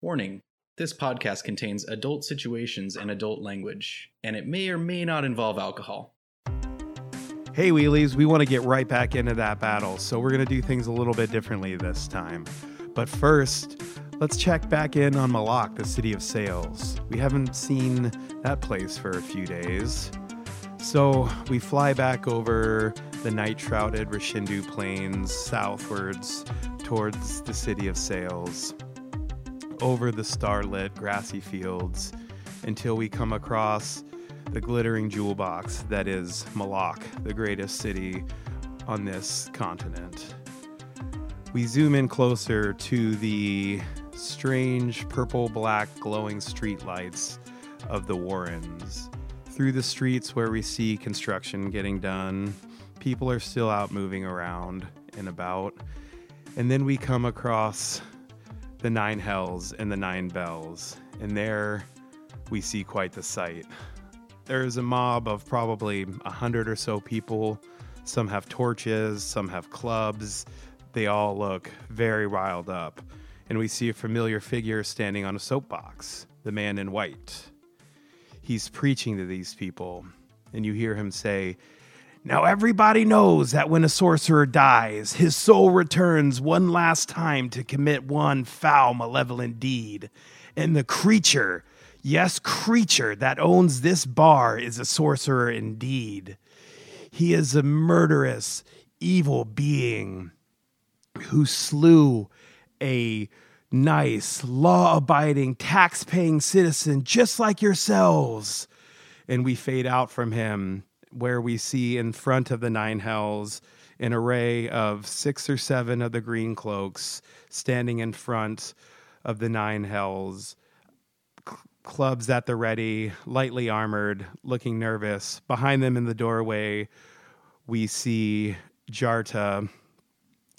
Warning this podcast contains adult situations and adult language, and it may or may not involve alcohol. Hey, Wheelies, we want to get right back into that battle, so we're going to do things a little bit differently this time. But first, let's check back in on Malak, the city of sales. We haven't seen that place for a few days. So we fly back over the night shrouded Rashindu plains southwards towards the city of Sales, over the starlit grassy fields until we come across the glittering jewel box that is Malak, the greatest city on this continent. We zoom in closer to the strange purple black glowing streetlights of the Warrens. Through the streets where we see construction getting done, people are still out moving around and about. And then we come across the Nine Hells and the Nine Bells, and there we see quite the sight. There is a mob of probably a hundred or so people. Some have torches, some have clubs. They all look very riled up. And we see a familiar figure standing on a soapbox, the man in white. He's preaching to these people, and you hear him say, Now everybody knows that when a sorcerer dies, his soul returns one last time to commit one foul, malevolent deed. And the creature, yes, creature that owns this bar is a sorcerer indeed. He is a murderous, evil being who slew a nice, law abiding, tax paying citizen just like yourselves. And we fade out from him, where we see in front of the nine hells an array of six or seven of the green cloaks standing in front of the nine hells, cl- clubs at the ready, lightly armored, looking nervous. Behind them in the doorway, we see Jarta,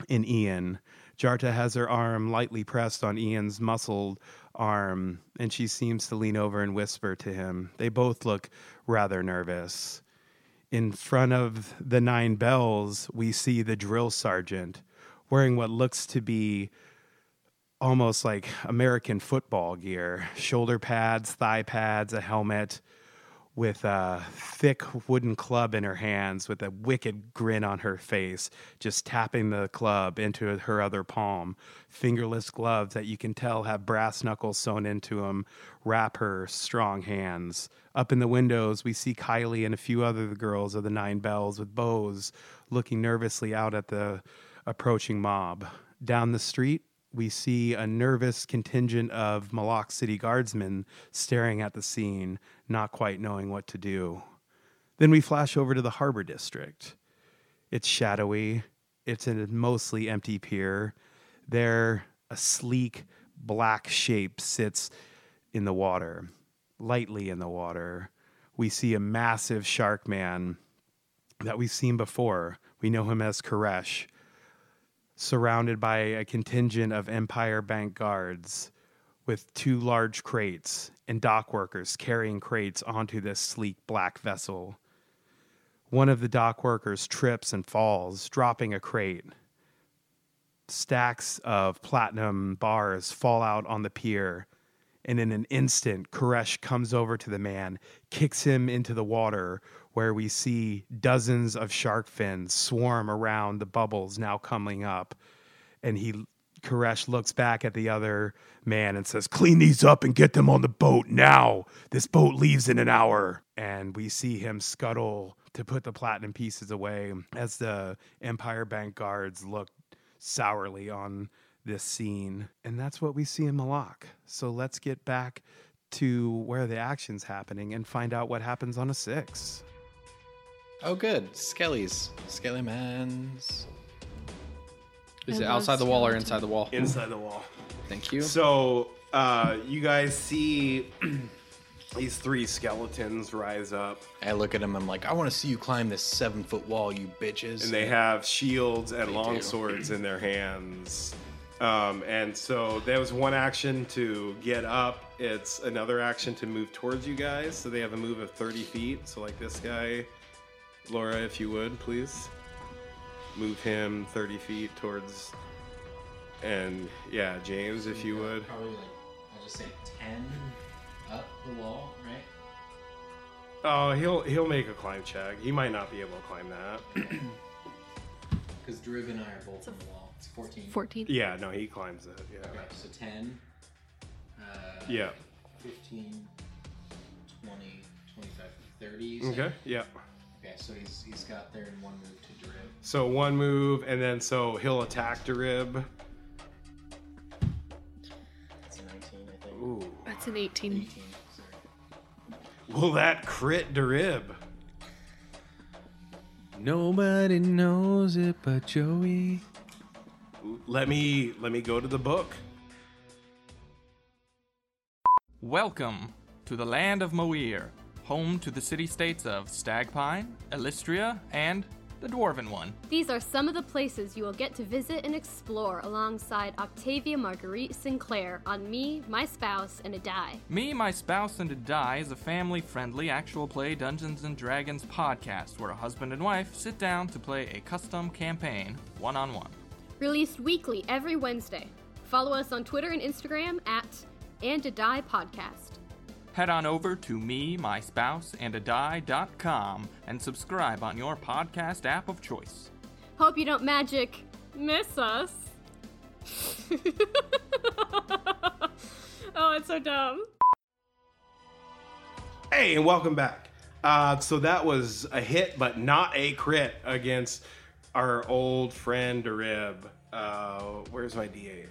in Ian. Jarta has her arm lightly pressed on Ian's muscled arm, and she seems to lean over and whisper to him. They both look rather nervous. In front of the nine bells, we see the drill sergeant wearing what looks to be almost like American football gear shoulder pads, thigh pads, a helmet with a thick wooden club in her hands, with a wicked grin on her face, just tapping the club into her other palm. Fingerless gloves that you can tell have brass knuckles sewn into them wrap her strong hands. Up in the windows, we see Kylie and a few other girls of the Nine Bells with bows looking nervously out at the approaching mob. Down the street, we see a nervous contingent of Malak City guardsmen staring at the scene, not quite knowing what to do. Then we flash over to the harbor district. It's shadowy, it's a mostly empty pier. There, a sleek black shape sits in the water, lightly in the water. We see a massive shark man that we've seen before. We know him as Koresh surrounded by a contingent of Empire Bank guards with two large crates and dock workers carrying crates onto this sleek black vessel. One of the dock workers trips and falls, dropping a crate. Stacks of platinum bars fall out on the pier, and in an instant, Koresh comes over to the man, kicks him into the water, where we see dozens of shark fins swarm around the bubbles now coming up. And he, Koresh, looks back at the other man and says, Clean these up and get them on the boat now. This boat leaves in an hour. And we see him scuttle to put the platinum pieces away as the Empire Bank guards look sourly on this scene. And that's what we see in Malak. So let's get back to where the action's happening and find out what happens on a six. Oh, good. Skellies. Skellymans. Is I it love outside the wall or inside the wall? inside the wall. Thank you. So uh, you guys see these three skeletons rise up, I look at him. I'm like, I want to see you climb this seven foot wall, you bitches. and they have shields and long do. swords in their hands. Um, and so there was one action to get up. It's another action to move towards you guys. So they have a move of 30 feet. So like this guy, Laura, if you would, please move him 30 feet towards. And yeah, James, if you would. Probably like, I I'll just say ten up the wall, right? Oh, he'll he'll make a climb check. He might not be able to climb that. Because Drug and I are both on the wall. It's fourteen. 14. Yeah, no, he climbs it. Yeah. Okay, so ten. Uh, Yeah. 15, 20, 25, 30. you said? Okay. Yeah. Okay, so he's he's got there in one move to Drib. So one move, and then so he'll attack Darib. That's a 19, I think. Ooh. That's an 18. 18, sorry. Will that crit Darib? Nobody knows it but Joey. Let me let me go to the book. Welcome to the land of Moir, home to the city states of Stagpine, Elistria, and the Dwarven one. These are some of the places you will get to visit and explore alongside Octavia Marguerite Sinclair on Me, My Spouse, and a Die. Me, My Spouse, and a Die is a family friendly actual play Dungeons and Dragons podcast where a husband and wife sit down to play a custom campaign one on one. Released weekly every Wednesday. Follow us on Twitter and Instagram at And a Die Podcast. Head on over to me, my spouse, and a die.com and subscribe on your podcast app of choice. Hope you don't magic miss us. oh, it's so dumb. Hey, and welcome back. Uh, so that was a hit, but not a crit against our old friend Darib. Uh, where's my D8?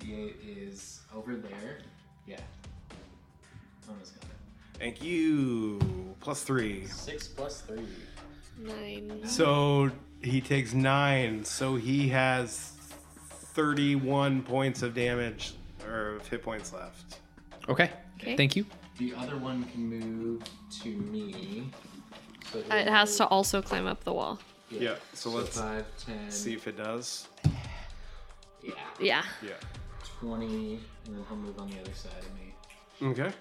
D8 is over there. Yeah. Oh, Almost got it. Thank you. Plus three. 6 plus 3. 9. So he takes nine. So he has 31 points of damage or of hit points left. Okay. Okay. Thank you. The other one can move to me. So Uh, It has to also climb up the wall. Yeah. Yeah, so let's 5, 10, See if it does. yeah, Yeah. Yeah. 20, and then he'll move on the other side of me. Okay.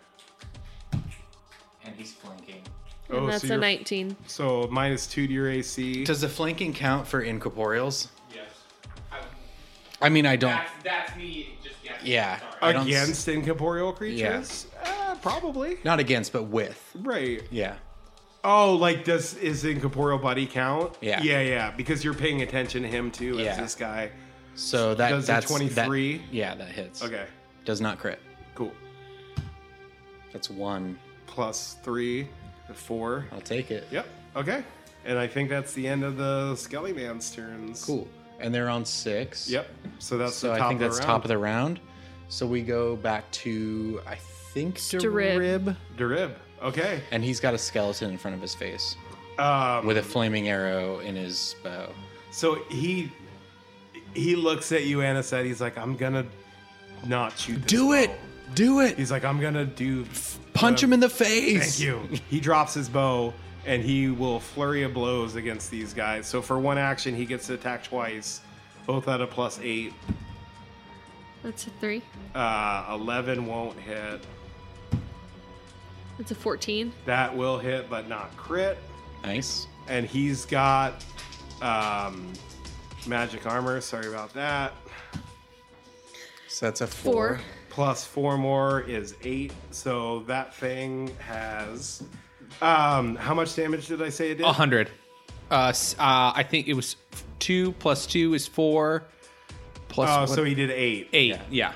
And he's flanking. And that's Oh, so a you're- 19. So minus two to your AC. Does the flanking count for incorporeals? Yes. I, I mean, I don't. that's that's me just guessing. Yeah. Sorry. I don't s- Against incorporeal creatures? Uh, probably. Not against, but with. Right. Yeah. Oh, like does is incorporeal body count? Yeah. Yeah, yeah. Because you're paying attention to him too as Yeah. this guy. So that Does a that's that- 23? yeah, that hits. Okay. Does not crit. Cool. That's one. Plus three, four. I'll take it. Yep. Okay. And I think that's the end of the Skelly Man's turns. Cool. And they're on six. Yep. So that's so the top I think of the that's round. top of the round. So we go back to I think Starib. Darib. Darib. Okay. and he's got a skeleton in front of his face Um, with a flaming arrow in his bow. So he he looks at you, Anna said. He's like, I'm gonna not shoot. This bow." Do it! He's like, I'm gonna do. Punch him in the face! Thank you. He drops his bow and he will flurry of blows against these guys. So for one action, he gets to attack twice, both at a plus eight. That's a 3. Uh, Eleven won't hit. That's a 14. That will hit, but not crit. Nice. And he's got um, magic armor. Sorry about that. So that's a four. Four. plus four more is eight. So that thing has. Um, how much damage did I say it did? A hundred. Uh, s- uh, I think it was f- two plus two is four. Plus Oh, one- so he did eight. eight. Yeah.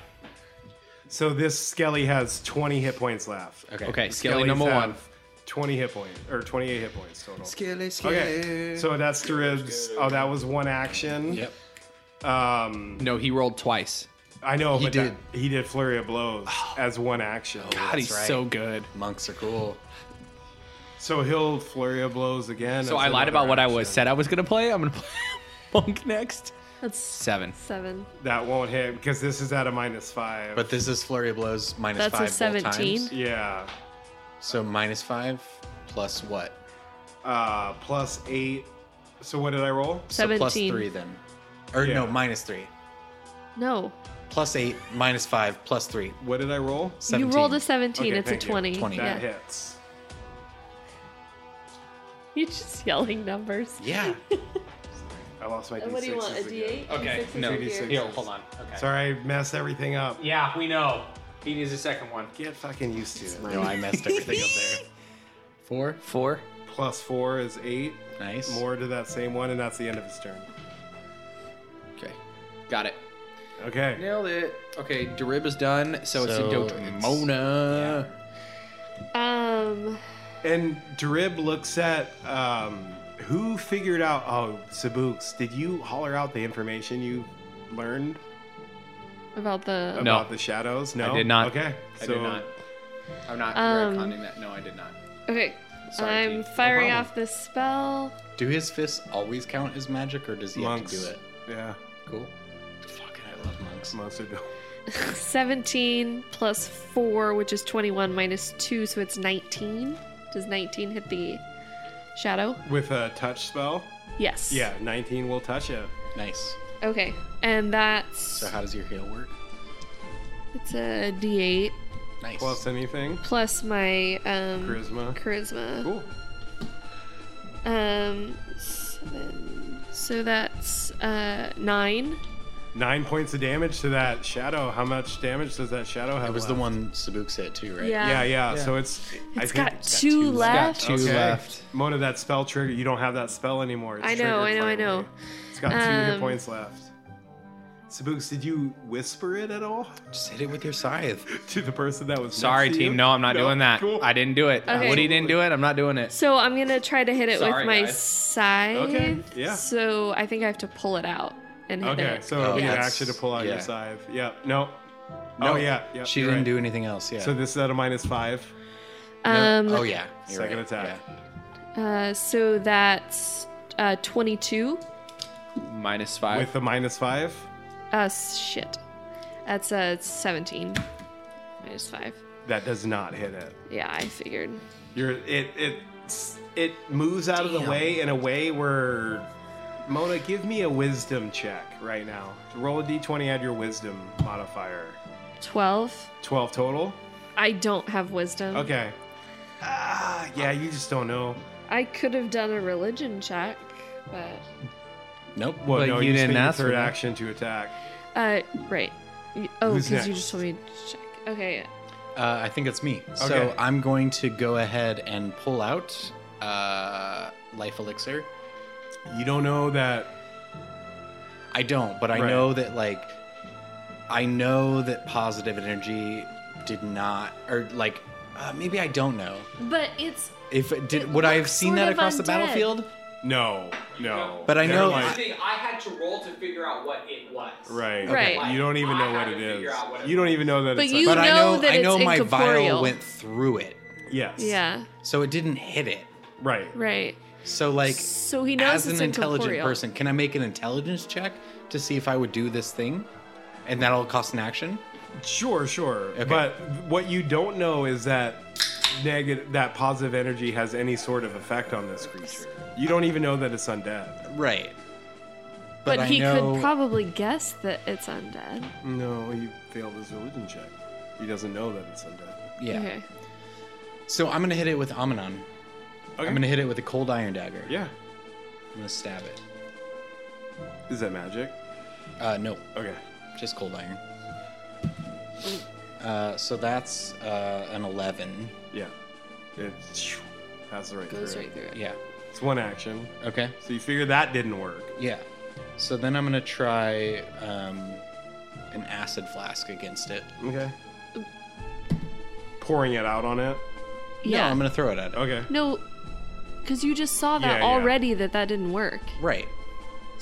So this Skelly has 20 hit points left. Okay. Okay. Skellies Skelly number one. have 20 hit points, or 28 hit points total. Okay. So that's Darib's. Oh, that was one action. Yep. Um, No, he rolled twice. Oh, I know, He but that- he did Flurry of Blows as one action. God, he's right. so good. Monks are cool. So he'll Flurry of Blows again. So as I lied another about what I was action. said I was gonna play. I'm gonna play Monk next. That's Seven. 7. That won't hit because this is at a minus five. But this is flurry of blows minus That's a five. both 17. times. yeah. So minus five plus what? uh, plus eight. So what did I roll? So plus 17. three then. Or Yeah. no, minus three. No. Plus eight, minus five, plus three. What did I roll? 17. You rolled a 17. Okay, it's a thank you. 20. 20. Yeah. That hits. You're just yelling numbers. Yeah. I lost my d6. What do you want? A D8? D6 Okay, is no. over here. D6. Here, hold on. Okay. Sorry, I messed everything up. Yeah, we know. He needs a second one. Get fucking used to it. No, I messed everything up Four. there. Four. Plus four is eight. Nice. More to that same one, and that's the end of his turn. Okay. Got it. Okay. Nailed it. Okay, Darib is done, so, it's So Indo to it's- Mona. Um, And Drib looks at um, who figured out. Oh, Sabooks, did you holler out the information you learned about the. about No. the shadows? No, did not. Okay, I did not. I'm not Um, retconning that. No, I did not. Okay, Sorry, I'm T. No firing problem. off this spell. Do his fists always count as magic, or does he monks. have to do it? Yeah, Cool. Fucking, I love monks. monks are. 17 plus 4, which is 21, minus 2, so it's 19. Does 19 hit the shadow? With a touch spell? Yes. Yeah, 19 will touch it. Nice. Okay, and that's. So how does your heal work? It's a d8 Nice. Plus anything? plus my um, Charisma. charisma. Cool. Um, seven. So that's uh, nine. Nine points of damage to that shadow. How much damage does that shadow have? that was the left? one Sabooks hit too, right? Yeah, yeah. So it's. I It's think got two got left. Two Okay. left. Mona, that spell trigger. You don't have that spell anymore. It's I know, triggered I know, I know. finally. It's got two hit Um, points left. Sabooks, did you whisper it at all Just hit it with your scythe. to the person that was? next Sorry, to you? team. No, I'm not doing that. Cool. I didn't do it. Okay. Woody didn't do it. I'm not doing it. So I'm gonna try to hit it Sorry, with my guys. scythe. Okay, yeah. So I think I have to pull it out and hit Okay, it. so Oh, you yeah. action to pull out your Yeah. scythe. Yeah. No. No, oh yeah. yeah she you're didn't right. do anything else. Yeah. So this is at a minus five. um, oh yeah. You're Second right. attack. Yeah. uh, so that's uh, 22. Minus five. With the minus five. Uh, shit. That's uh, 17 minus five. That does not hit it. Yeah, I figured. You're it it it moves out of the way in a way where Mona, give me a wisdom check right now. Roll a d20, add your wisdom modifier. 12. 12 total? I don't have wisdom. Okay. Ah, yeah, you just don't know. I could have done a religion check, but Nope. Well, But no, you you didn't spend your ask for third that. action to attack. uh, right. Y- Oh, Who's because you next? just told me to check. Okay. Uh, I think it's me. So Okay. I'm going to go ahead and pull out uh, life elixir. You don't know that. I don't, but I Right. know that like I know that positive energy did not, or like uh, maybe I don't know But it's if it did. It would I have looks seen sort that of across the undead. battlefield? No, no. But I They're know- like- thing I had to roll to figure out what it was. right. Right. You don't even know what it figure is. out what it You don't even know that But it's you- like, but I know know that I know it's my incorporeal. vial went through it, yes. Yeah. so it didn't hit it. Right. Right. So like, So he knows as it's an intelligent incorporeal. person, can I make an intelligence check to see if I would do this thing, and that'll cost an action? Sure, sure. Okay. But what you don't know is that negative, that positive energy has any sort of effect on this creature. You don't even know that it's undead. Right. But, I he know- could probably guess that it's undead. No, he failed his religion check. He doesn't know that it's undead. Yeah. Okay. So I'm gonna hit it with Amanon. Okay. I'm gonna hit it with a cold iron dagger. Yeah. I'm gonna stab it. Is that magic? Uh, no, Okay. just cold iron. Mm. Uh, so that's uh, an 11. Yeah. It passes right Goes through. right through it. Yeah. It's one action. Okay. So you figure that didn't work. Yeah. So then I'm gonna try um, an acid flask against it. Okay. Pouring it out on it. Yeah. No, I'm gonna throw it at it. Okay. No, because you just saw that Yeah, yeah. already that that didn't work. Right.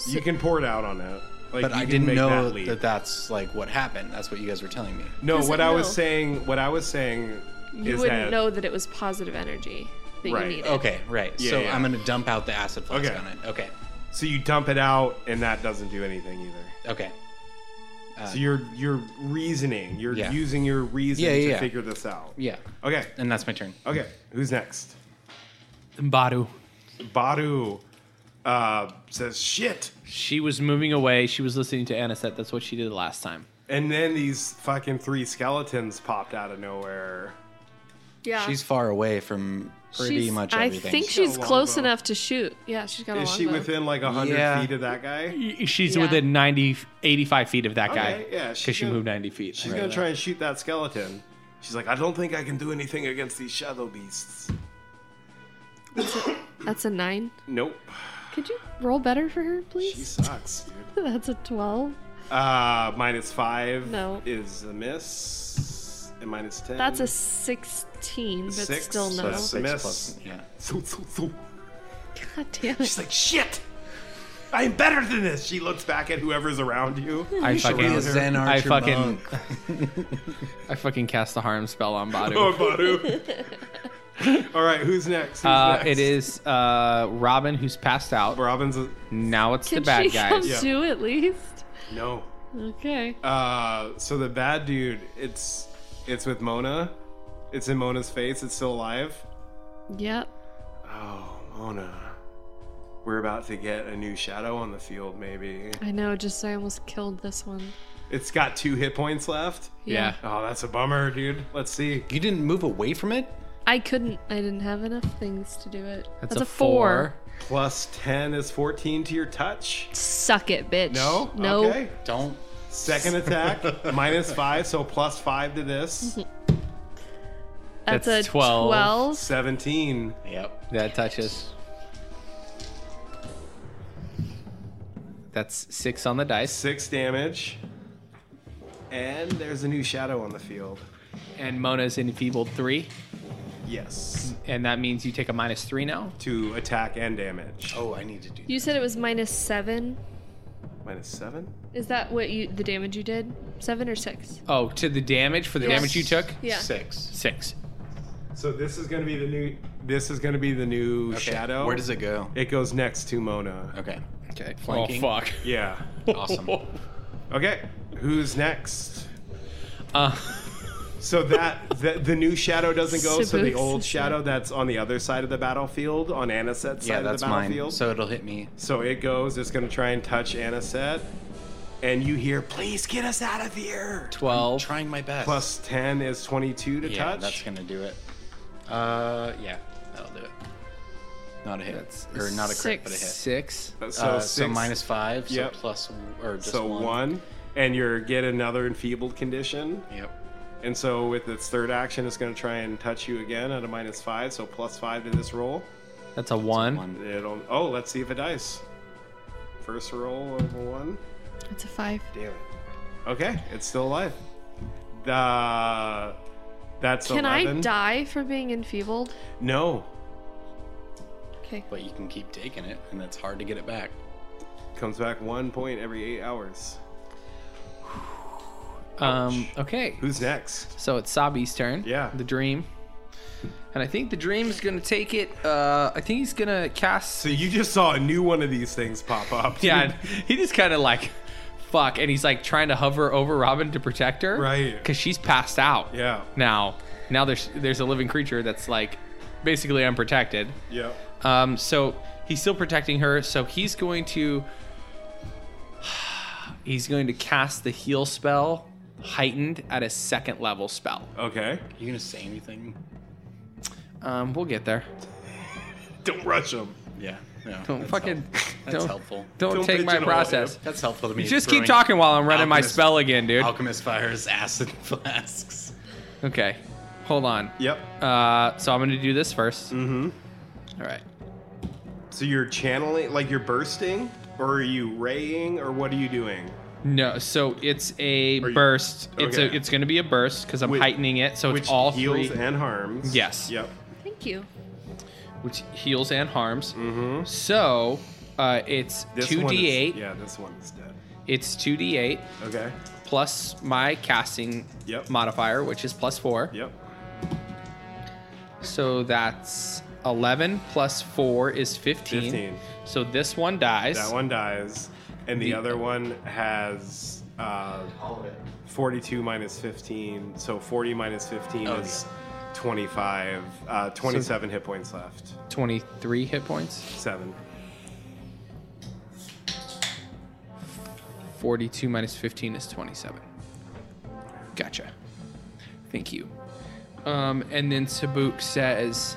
You can pour it out on it. Like But you I can didn't make know leap. that, that's like what happened. That's what you guys were telling me. No, Doesn't what I was know. saying, what I was saying You is wouldn't that know that it was positive energy that Right. you needed. Okay, right. Oh, Yeah, so yeah. I'm gonna dump out the acid flask Okay. on it. Okay. so you dump it out and that doesn't do anything either. Okay. so you're you're reasoning, you're Yeah. using your reason Yeah, yeah, to yeah. figure this out. Yeah. Okay. And that's my turn. Okay. Who's next? Mbadu. Badu uh, says shit, She was moving away. She was listening to Anisette. That's what she did last time. and then these fucking three skeletons popped out of nowhere. Yeah. She's far away from Pretty she's, much I everything. think She's got she's a close longbow. enough to shoot. Yeah, she's got a Is longbow. she within like 100 Yeah. feet of that guy? She's Oh, Yeah. within 90, 85 feet of that guy. Okay, yeah, she's Because she gonna- moved 90 feet. She's going to try and shoot that skeleton. She's like, I don't think I can do anything against these shadow beasts. That's a nine. Nope. Could you roll better for her, She please? sucks, dude. That's a twelve. Uh, minus five No. is a miss. And minus ten. That's a sixteen, but Mm. Six? still no. That's- Six Miss. plus- yeah. So, so, so. God damn it! She's like, shit! I'm better than this! She looks back at whoever's around you. I Real fucking, Zen I Archer fucking, monk. I fucking cast the harm spell on Oh, Badu. Badu. All right, who's next? Who's Uh, next? it is uh, Robin who's passed out. Robin's. A, Now it's Can the bad she come guys. Yeah. to at least? no. Okay. Uh, so the bad dude, it's it's with Mona. It's in Mona's face. It's still alive. Yep. Oh, Mona. We're about to get a new shadow on the field, maybe. I know. Just I almost killed this one. It's got two hit points left. Yeah. Oh, that's a bummer, dude. Let's see. You didn't move away from it? I couldn't. I didn't have enough things to do it. That's, a, four. Plus 10 is 14 to your touch. Suck it, bitch. No? No. Okay. Don't. Second attack, minus 5, so plus 5 to this. That's, That's a 12. 12. 17. Yep. That touches. That's six on the dice. 6 damage. And there's a new shadow on the field. And Mona's enfeebled three. Yes. And that means you take a minus three now. To attack and damage. Oh, I need to do. You said it was minus seven. Minus 7? Is that what you the damage you did? Seven or six? Oh, to the damage for the damage you took? Yeah. Six. Six. So this is going to be the new. This is going to be the new Okay, shadow. Where does it go? It goes next to Mona. Okay. Okay. Flanking. Oh, fuck. Yeah. Awesome. Okay. Who's next? Uh, So that the, the new shadow doesn't go. So the Sabuks. old shadow that's on the other side of the battlefield, on Aniset's yeah, side of that's the mine. battlefield. So it'll hit me. So it goes. It's going to try and touch Aniset, and you hear, "Please get us out of here." 12. Trying my best. Plus ten is twenty-two to yeah, touch. that's gonna do it. Uh, yeah, that'll do it. Not a hit. That's or not a crit, but a hit. six. so uh, six, so minus five. So Yep. plus or just so one. one. and you're get another enfeebled condition. Yep. And so with its third action, it's going to try and touch you again at a minus five. So plus five to this roll. That's a one. One. It'll. Oh, let's see if it dies. First roll of a one. It's a five. Damn it. Okay, it's still alive. The that's Can 11. I die for being enfeebled? No, Okay. But you can keep taking it, and it's hard to get it back. comes back one point every eight hours. Um, okay. Who's next? So it's Sabi's turn. Yeah. The dream. And I think the dream's gonna take it. Uh, I think he's gonna cast. So you just saw a new one of these things pop up. Yeah, he just kind of like, fuck, and he's like trying to hover over Robin to protect her, Right. Because she's passed out. Yeah. Now, now there's there's a living creature that's like basically unprotected. Yeah. Um, so he's still protecting her. So he's going to he's going to cast the heal spell heightened at a second level spell. Okay. You gonna say anything? Um, we'll get there. Don't rush them. Yeah. No. Don't that's fucking helpful. That's don't, helpful. Don't, Don't take my pigeonhole process. him. That's helpful to me. You just Brewing keep talking while I'm running my Alchemist- spell again, dude. Alchemist fires acid flasks. Okay, hold on. Yep. Uh, so I'm gonna do this 1st Mm-hmm. All right. So you're channeling, like you're bursting, or are you raying, or what are you doing? No, so it's a Are you- burst. It's a okay. it's gonna be a burst because I'm Which- heightening it, so Which it's all heals three, and harms. Yes. Yep. Thank you. which heals and harms. Mm-hmm. So uh, it's This two one is- d eight. yeah, this one is dead. It's two d eight Okay. plus my casting Yep. modifier, which is plus four. Yep. So that's eleven plus four is fifteen. 15. So this one dies. That one dies, and the, The- other one has uh, all of it. Forty-two minus fifteen, so forty minus fifteen Oh, is twenty-five. Uh, Twenty-seven hit points left. Twenty three hit points. Seven. Forty two minus fifteen is twenty seven. Gotcha. Thank you. Um, and then Sabuk says,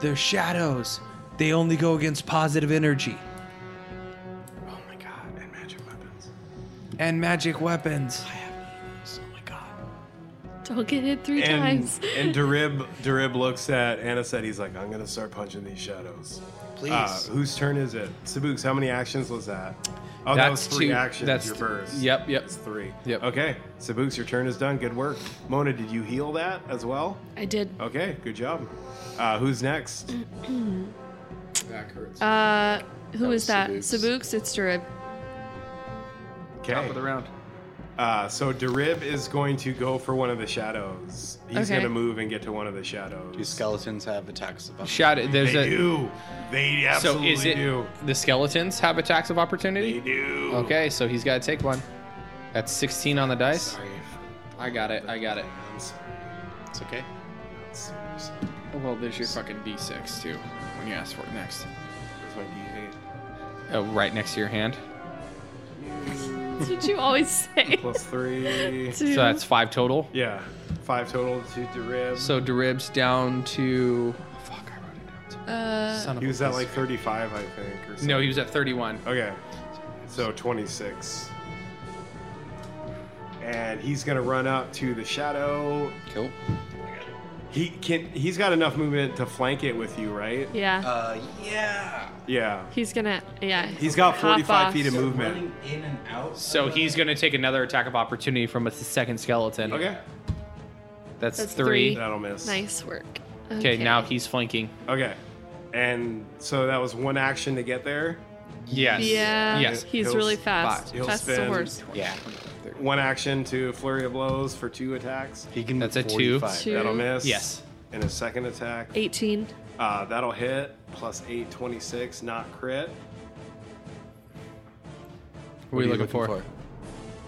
They're shadows. They only go against positive energy Oh my god, and magic weapons. and magic weapons. Don't get hit three And times. and Darib Darib looks at Anisette, he's like, I'm gonna start punching these shadows. Please. Uh, whose turn is it? Sabuks, how many actions was that? Oh, that was That's three two. actions. That's your th- burst. yep, yep. That's three. Yep. Okay, Sabuks, your turn is done. Good work. Mona, did you heal that as well? I did. Oh. Okay, good job. Uh, who's next? That hurts. Uh, who is That was that? Sabuks. Sabuks. It's Darib. Okay. Top of the round. Uh, so Darib is going to go for one of the shadows. He's Okay. going to move and get to one of the shadows. Do skeletons have attacks of Shadow. There's They a. do. They So absolutely is it do. the skeletons have attacks of They opportunity? do. Okay, so he's got to take one. That's 16 on the dice. Sorry. I got it. I got it. I'm sorry. It's okay. I'm sorry. Well, there's your fucking D6 too. When you ask for it next. Where's my D8? Oh, right next to your hand. That's what you always say. Plus three. Two. So that's five total. yeah. Five total to Darib. So Darib's down to. Fuck, I wrote it down. Uh, Son of he a was at bitch. like 35, I think. Or something. No, he was at 31. Okay. So 26. And he's going to run up to the shadow. Cool. He can. He's got enough movement to flank it with you, right? yeah. Uh, yeah. Yeah. He's gonna. Yeah. He's got Hop 45 off. feet of movement. in and out. So he's going to take another attack of opportunity from a second skeleton. Okay. That's, That's three. three. That'll miss. Nice work. Okay, now he's flanking. Okay. And so that was one action to get there. Yes. Yeah. Yes. He's He'll really s- fast. he'll Fast as a spin. horse. Yeah. One action to flurry of blows for two attacks. He can. That's a two. 45. Two. That'll miss. Yes. And a second attack. 18. Uh, that'll hit. Plus 8, 26, not crit. What are you looking, for?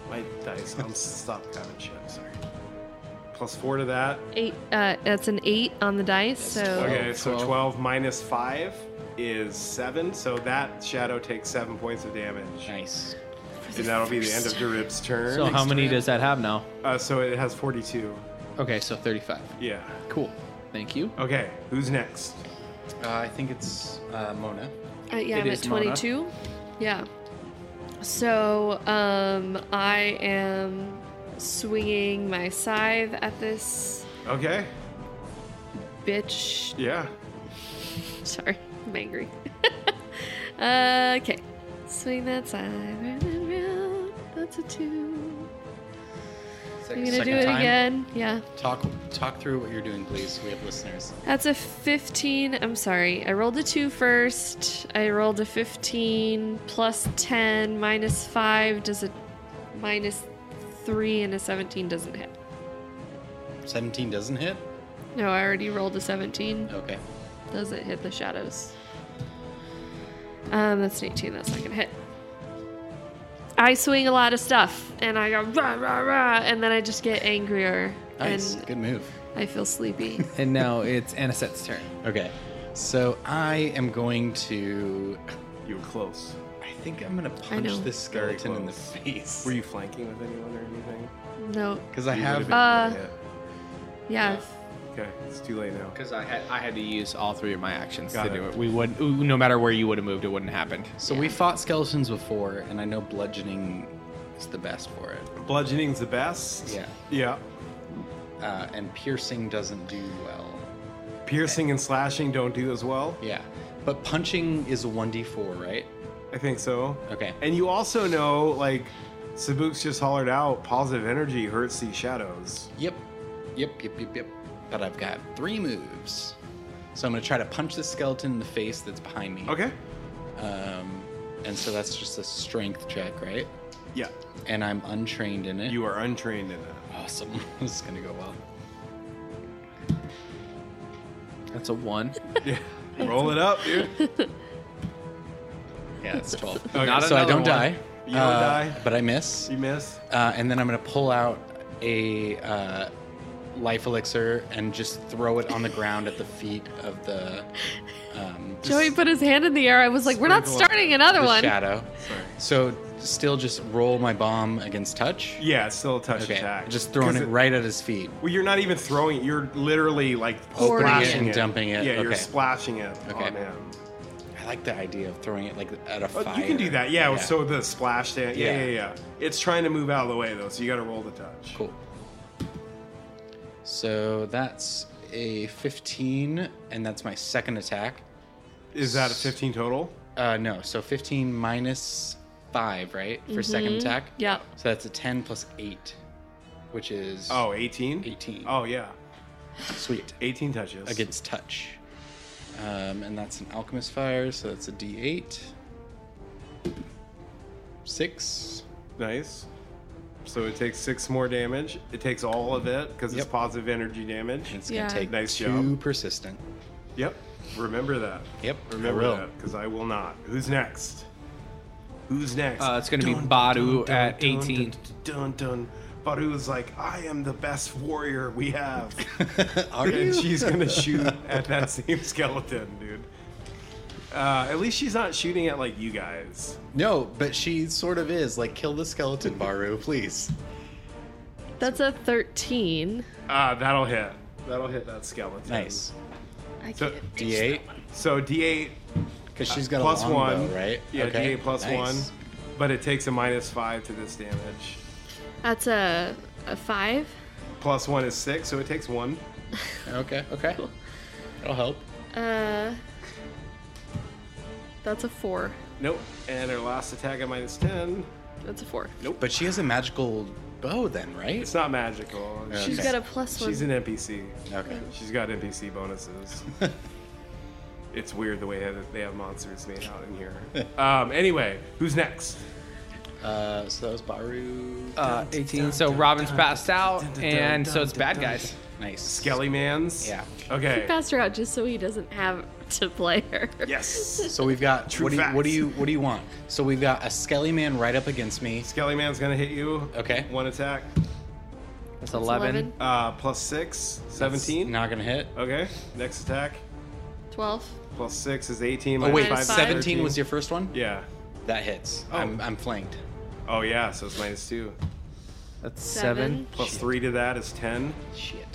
My dice. I'm stop having shit. Sorry. Plus 4 to that. Eight. Uh, that's an eight on the dice. So Okay, so 12. 12 minus 5 is 7. So that shadow takes 7 points of damage. Nice. And that'll be the end of Darib's turn. So how many does that have now? uh, so it has 42. Okay, so 35. Yeah. Cool. Thank you. Okay, who's next? Uh, I think it's uh, Mona. uh, yeah, It I'm is at Mona. 22. Yeah. So um, I am swinging my scythe at this Okay. bitch. Yeah. Sorry, I'm angry. Uh, okay. Swing that side round and round. That's a two. I'm gonna do it again. Yeah. Talk talk through what you're doing, please. We have listeners. That's a 15. I'm sorry. I rolled a 2 first. I rolled a 15 plus 10 minus 5 does a minus 3 and a 17 doesn't hit. 17 doesn't hit. No, I already rolled a 17. Okay. Doesn't hit the shadows. Um, that's an 18. That's not gonna hit. I swing a lot of stuff, and I go rah rah rah, and then I just get angrier, Nice. and Good move. I feel sleepy. And now it's Anisette's turn. Okay. So I am going to. You were close. I think I'm gonna punch know. this Very skeleton in the close. face. Were you flanking with anyone or anything? no, Because I You have. would've been Uh, hit. yeah, if- Okay, it's too late now. Because I had I had to use all three of my actions Got to it. do it. We would no matter where you would have moved, it wouldn't happen. so we fought skeletons before, and I know bludgeoning is the best for it. Bludgeoning's the best. Yeah. Yeah. Uh, and piercing doesn't do well. Piercing and slashing don't do as well. Yeah. But punching is a 1d4, right? I think so. Okay. And you also know, like, Sabuks just hollered out, positive energy hurts these shadows. Yep. Yep, yep, yep, yep. But I've got three moves. So I'm going to try to punch the skeleton in the face that's behind me. Okay. Um, and so that's just a strength check, right? Yeah. And I'm untrained in it. You are untrained in that. awesome. this is going to go well. That's a one. Yeah. Roll it up, dude. You Yeah, it's 12. Not so I another don't one. die. Uh, You don't die. But I miss. miss. Uh, and then I'm going to pull out a uh, life elixir and just throw it on the ground at the feet of the, um, Joey put his hand in the air. I was like, we're not Sprinkle starting another the one. shadow. So still just roll my bomb against touch. Yeah, it's still a touch Okay, attack. just throwing 'Cause it right at his feet. Well, you're not even throwing it. You're literally like Pouring it splashing and dumping it, Yeah, you're okay. splashing it Oh, Okay. on him. I like the idea of throwing it like at a Oh, fire. you can do that. Yeah, So the splash dance. Yeah, yeah, Yeah. yeah, It's trying to move out of the way though, so you got to roll the touch. Cool. So that's a 15, and that's my second attack. Is that a 15 total? Uh, no, so 15 minus 5, right? For second attack? Yeah. So that's a 10 plus 8, which is Oh, 18. 18. Oh yeah, sweet. 18 touches. Against touch. Um, and that's an alchemist fire, so that's a d8. 6. Nice. So it takes six more damage. It takes all of it because it's Yep. positive energy damage. It's Yeah. going to take Nice two job. persistent. Yep. Remember that. Yep. Remember I will. that because I will not. Who's next? Who's next? Uh, it's gonna be Badu at 18. Dun, dun, dun. Badu is like, I am the best warrior we have, Are and you? she's gonna shoot at that same skeleton, dude. Uh, at least she's not shooting at like you guys. No, but she sort of is. Like, kill the skeleton, Baru, please. That's a 13. Ah, that'll hit. That'll hit that skeleton. Nice. I So can't. D8. so D8 Because she's got plus a longbow, one, right? Yeah, Okay, D8 plus nice. one, but it takes a minus five to this damage. That's a, a 5. Plus one is six, so it takes one. Okay, okay. That'll help. Uh, that's a 4. Nope. And her last attack at minus ten. That's a 4. But she has a magical bow then, right? It's not magical. She's Okay. got a plus 1. She's an NPC. Okay. She's got NPC bonuses. it's weird the way that they have monsters made out in here. Um, anyway, who's next? Uh, so that was Baru. Uh, 18. So Robin's passed out, and so it's bad guys. nice. Skelly Mans? Yeah. Okay. Pass her out just so he doesn't have to play her. Yes. So we've got True what do you what do facts. you what do you want? So we've got a skelly man right up against me. Skelly Man's gonna hit you. Okay. One attack. It's That's 11. Uh, plus six, 17. That's not gonna hit. Okay. Next attack. 12. Plus six is 18. Oh wait, Minus five. 17 was your first one. Yeah. That hits. Oh. I'm I'm flanked. Oh, yeah, so it's minus two. That's 7. Seven. Plus three to that is 10. Shit.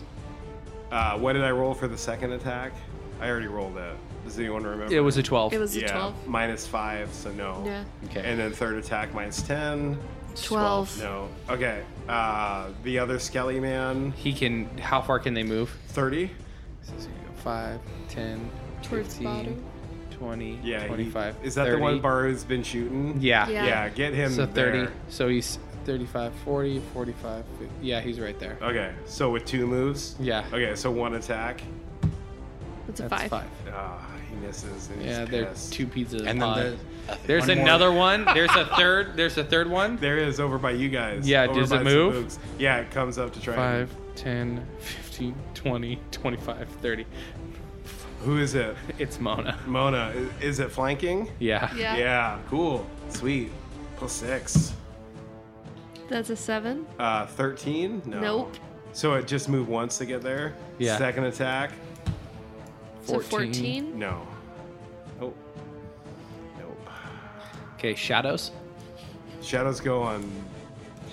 Uh, what did I roll for the second attack? I already rolled it. Does anyone remember? It was a 12. It was a yeah, 12. minus five, so no. Yeah. Okay. And then third attack minus ten. 12. No. Okay. Uh, the other Skelly man, He can. How far can they move? thirty. 5, 10, Towards 15, 20, Yeah. he- 25. is that the one 30. Baru's been shooting? Yeah. Yeah. Yeah. get him. So 30. there. So he's 35, 40, 45. 50. Yeah, he's right there. Okay. So with two moves. Yeah. Okay. So one attack. That's a That's 5. Ah, he misses. And Yeah, he's they're pissed. two pizzas. And then the uh, There's one more. another one. There's a third. There's a third one. There is over by you guys. Yeah, Over does by it some move? books. Yeah, it comes up to try. and- 5, 10, 15, 20, 25, 30. Who is it? It's Mona. Mona. i- Is it flanking? Yeah. Yeah. Yeah, cool. Sweet. Plus six. That's a 7. Uh, 13? No. Nope. So it just moved once to get there? Yeah. Second attack? So 14. 14. No. Nope. Nope. Okay, shadows. Shadows go on.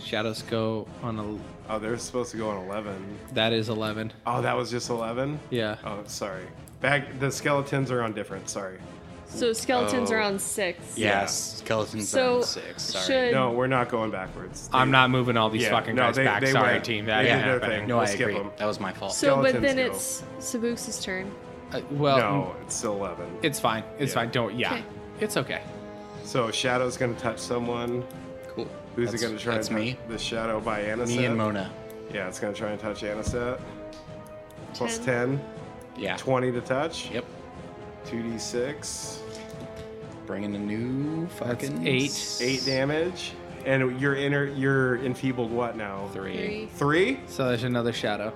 Shadows go on a. Oh, they're supposed to go on 11. That is 11. Oh, that was just 11? Yeah. Oh, sorry. Back, the skeletons are on different. Sorry. So skeletons Oh. are on 6. Yes, skeletons So on six. Sorry. should No, we're not going backwards. I'm not moving all these Yeah, fucking no, guys they- back. they Sorry, went. team. That They ain't did their happening. thing. no, we'll I skip agree. 'em. That was my fault. So, but Skeletons then go. it's Sabuks' turn. Uh, well, No, it's still 11. it's fine. It's Yeah. fine. Don't. Yeah, Okay. it's okay. So Shadow's going to touch someone. cool. Who's That's- it going to try That's and touch? me. The Shadow by Anisette. Me and Mona. Yeah, it's gonna try and touch Anisette. Plus 10. Ten. 10, Yeah. 20 to touch. Yep. 2d6. Bringing a new That's fucking eight. s- 8 damage. And you're inner you're enfeebled what now? Three. Three. 3? So there's another shadow.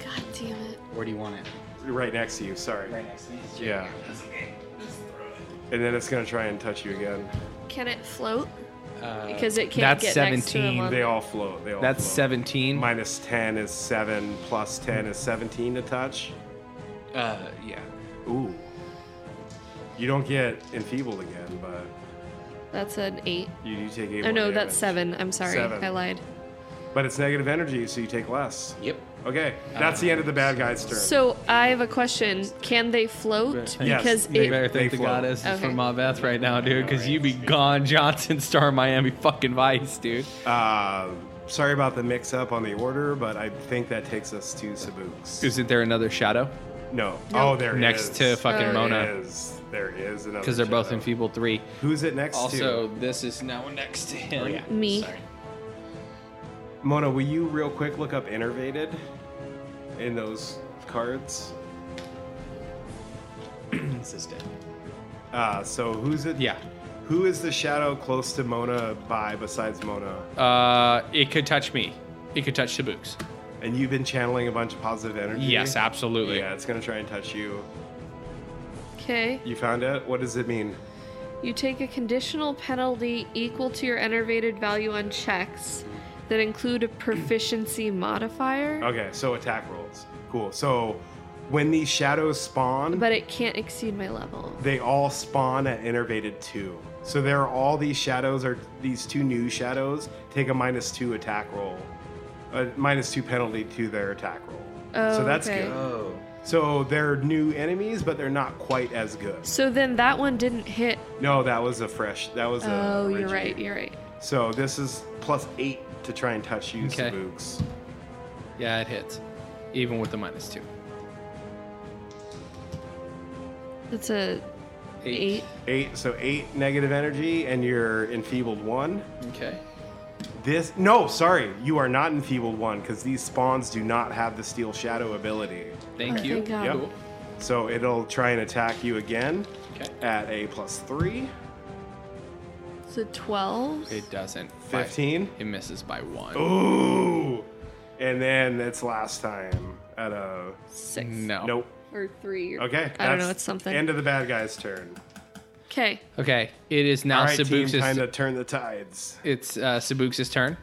God damn it. Where do you want it? Right next to you, sorry. Right next to me. Yeah. And then it's gonna try and touch you again. Can it float? Uh, because it can't that's get next to him 17. on They all float. They all That's float. 17. Minus 10 is 7, plus 10 is 17 to touch. Uh, yeah. Ooh. You don't get enfeebled again, but That's an eight. you do take 8 Oh more no, damage. that's seven. I'm sorry, Seven. I lied. But it's negative energy, so you take less. Yep. Okay, that's the end of the bad guy's turn. So I have a question. Can they float? Yes. Because They You better it, thank They the float. goddess is Okay. from my Beth right now, dude, because you be gone, Johnson, star Miami fucking Vice, dude. Uh, sorry about the mix up on the order, but I think that takes us to Sabuks. Isn't there another shadow? No. Oh, there Next is. to fucking There Mona. is. There is another. Because they're both shadow. enfeebled three. Who's it next Also, to? this is now next to him. Oh, yeah. Me. Sorry. Mona, will you real quick look up innervated in those cards? This is dead. Uh, so who's it? Yeah. Who is the shadow close to Mona by besides Mona? Uh, it could touch me. It could touch Shabooks. And you've been channeling a bunch of positive energy. Yes, absolutely. Yeah, it's gonna try and touch you. okay, You found it. What does it mean? you take a conditional penalty equal to your enervated value on checks that include a proficiency modifier, Okay, so attack rolls. Cool. So when these shadows spawn, but it can't exceed my level. they all spawn at innervated two. So there are all these shadows are these two new shadows take a minus two attack roll, a minus two penalty to their attack roll. so Oh, that's okay. good. Oh. So they're new enemies, but they're not quite as good. So then that one didn't hit. No, that was a fresh. That was a. Oh, you're origin. right. You're right. So this is plus eight to try and touch you, Okay. Spooks. Yeah, it hits. Even with the minus two. That's a eight. Eight. So eight negative energy, and you're enfeebled one. Okay. This no, sorry, you are not enfeebled one because these spawns do not have the steel shadow ability. Thank Oh, you. thank God. Yep. Cool. So it'll try and attack you again Okay. at a plus three. It's a twelve. It doesn't. By- 15. It misses by one. Oh. Ooh. And then it's last time at a Six. No. nope. Or three. Or, Okay. I don't that's know. It's something. End of the bad guy's turn. okay. Okay. It is now All right, team, Sabuks' time to turn the tides. it's uh, Sabuks' turn.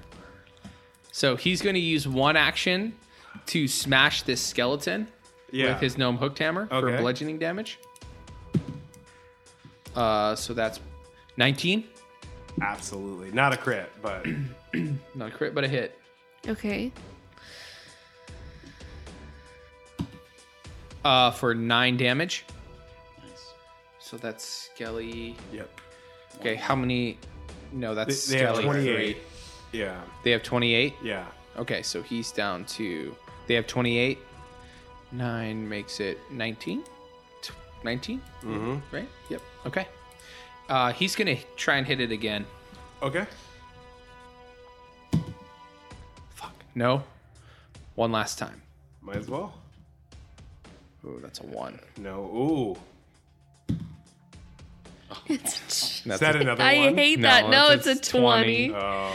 So he's going to use one action to smash this skeleton Yeah. with his gnome hooked hammer for Okay. bludgeoning damage. Uh, so that's 19. Absolutely. Not a crit, but Not a crit, but a hit. Okay. Uh, for nine damage. So that's Skelly. yep. Okay, how many? No, that's They- they have Skelly. 28. three. Yeah. They have 28. Yeah. Okay, so he's down to. They have 28. 9 makes it 19. Tw- 19? Mm-hmm. Right? Yep. Okay. Uh, he's going to try and hit it again. Okay. Fuck. No. One last time. Might as well. Ooh, that's a 1. No. Ooh. It's That's Is that a- another I one? hate No, that. No, it's it's, a a 20. Oh,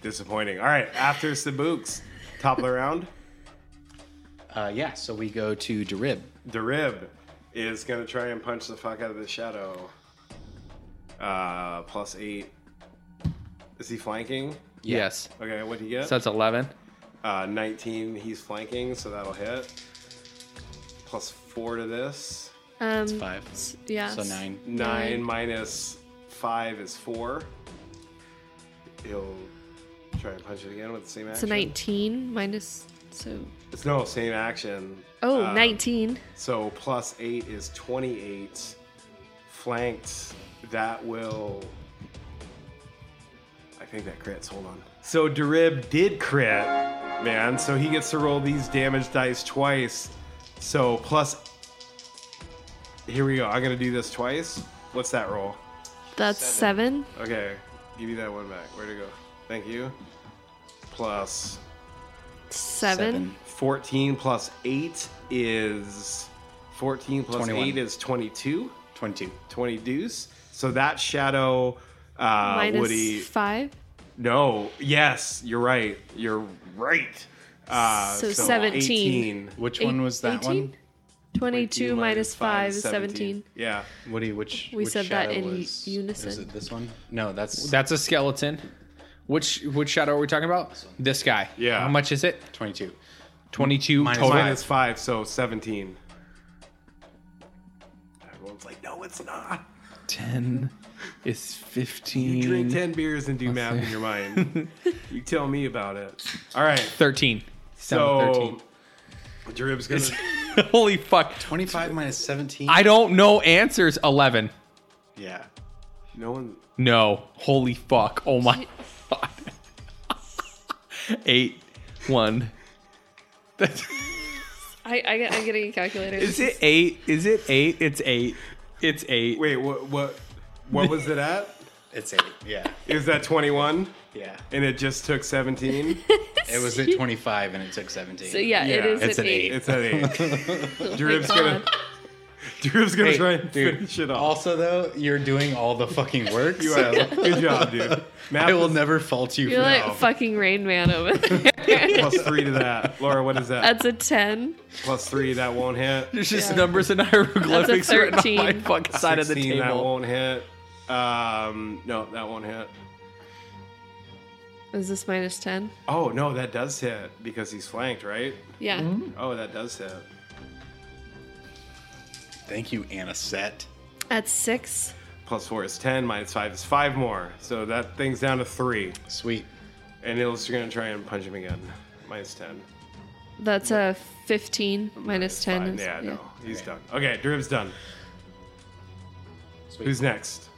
disappointing. All right, after Sabuks, top of the round, Uh, yeah, so we go to Darib. Darib is gonna try and punch the fuck out of the shadow. Uh, plus eight. Is he flanking? Yes. Okay, what do you get? So that's 11. Uh, 19. He's flanking, so that'll hit. Plus four to this. Um, Five. So yeah. nine. Nine minus five is four. He'll try and punch it again with the same action. It's a 19 minus. So. It's no same action. Oh, Uh, 19. So plus eight is 28. Flanked, that will. I think that crits. Hold on. So Darib did crit, man. So he gets to roll these damage dice twice. So plus. Here we go. I'm going to do this twice. What's that roll? That's seven. Okay. Give me that one back. Where'd it go? Thank you. Plus Seven. 14 plus 8 is 14 plus 21. 8 is 22 Twenty-two. 20 deuce so that shadow uh minus woody five. no yes you're right you're right uh So 17. Which Eight- one was that 18? one? 22 minus 5 is 17. 17. Yeah. What do you? Which We which said that shadow in was- unison. Is it this one? No, that's That's a skeleton. Which which shadow are we talking about? This guy. Yeah. How much is it? twenty-two. Twenty-two total. Minus five, so 17. Everyone's like, no, it's not. Ten is fifteen. You drink 10 beers and do math in your mind. you tell me about it. All right. Thirteen. It's down to So, Jerib's going to. 13. Holy fuck! Twenty-five minus seventeen. I don't know answers. Eleven. Yeah. No one. No. Holy fuck. Oh my god. Eight. One. That's- I, I, get- I'm getting a calculator. Is it eight? Is it eight? It's eight. It's eight. Wait, what? What? What was it at? It's eight. Yeah, It was at 21, yeah. and it just took 17. It was at twenty-five, and it took seventeen. So, yeah, it Yeah, is it's an an 8. eight. It's at eight. Jerib's God. gonna. Jerib's gonna Hey, try and dude, finish it off. Also, though, you're doing all the fucking work, You so are. Good job, dude. Math I will is never fault you You're for like that. fucking Rain Man over there. plus three to that. Laura, what is that? That's a 10. plus three that won't hit. There's just Yeah. numbers and hieroglyphics written on my 13. fucking side of the 16, That table. won't hit. Um, no, that won't hit. Is this minus 10? Oh no, that does hit because he's flanked, right? Yeah. Oh, that does hit. Thank you, Anisette. That's 6. Plus four is ten. Minus five is five more. So that thing's down to three, Sweet. and it's gonna try and punch him again. Minus ten. That's a 15 minus 10. Fine. is- yeah, no, he's done. Okay, Driv's done. Who's next?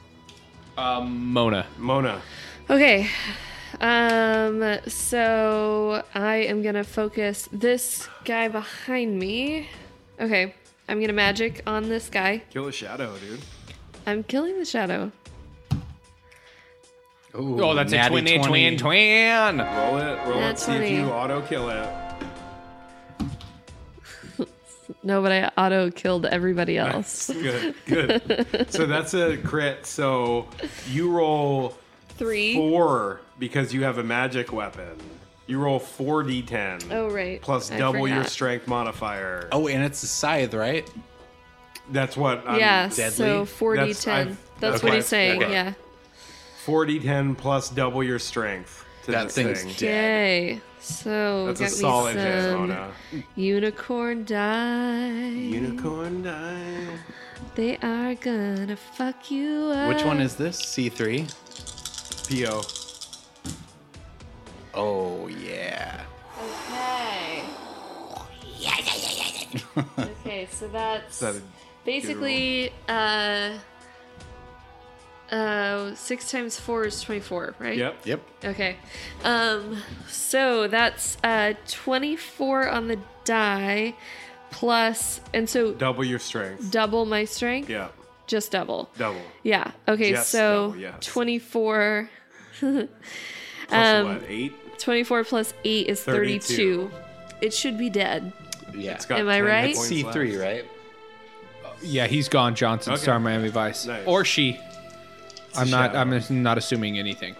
Um, Mona. Mona. Okay. Um, so I am gonna focus this guy behind me. Okay, I'm gonna magic on this guy. Kill a shadow, dude. I'm killing the shadow. Ooh, Oh, that's natty a twin, 20. twin, twin. Roll it. Roll That's it. See if you funny. auto kill it. No, but I auto killed everybody else. Good. Good. so that's a crit. So you roll Three. four because you have a magic weapon. You roll four d10. Oh, right. Plus I double your forgot. strength modifier. Oh, and it's a scythe, right? That's what. I'm, yeah, so deadly. 40 That's- 10. I've- That's okay. what he's saying, Okay. yeah. Four d10 plus double your strength. To That this thing's thing. dead. Yay. So, That's a get solid me hit, some Mona. unicorn die. Unicorn die. they are gonna fuck you up. Which one is this? C3? Po. Oh, yeah. Okay. okay, so that's Is that a basically uh uh six times four is twenty four, right? Yep. Yep. Okay. Um so that's uh twenty four on the die plus and so Double your strength. double my strength? Yeah. Just double. Double. Yeah. Okay, Just so double, yes. twenty four Plus Um, what? Eight. 24 plus 8 is 32. 32. It should be dead. Yeah. It's got am I 10 right? points C3, left. right? Yeah, he's gone. Johnson, Okay. star Miami Vice, Nice. or she. I'm a not. shadow. I'm not assuming anything.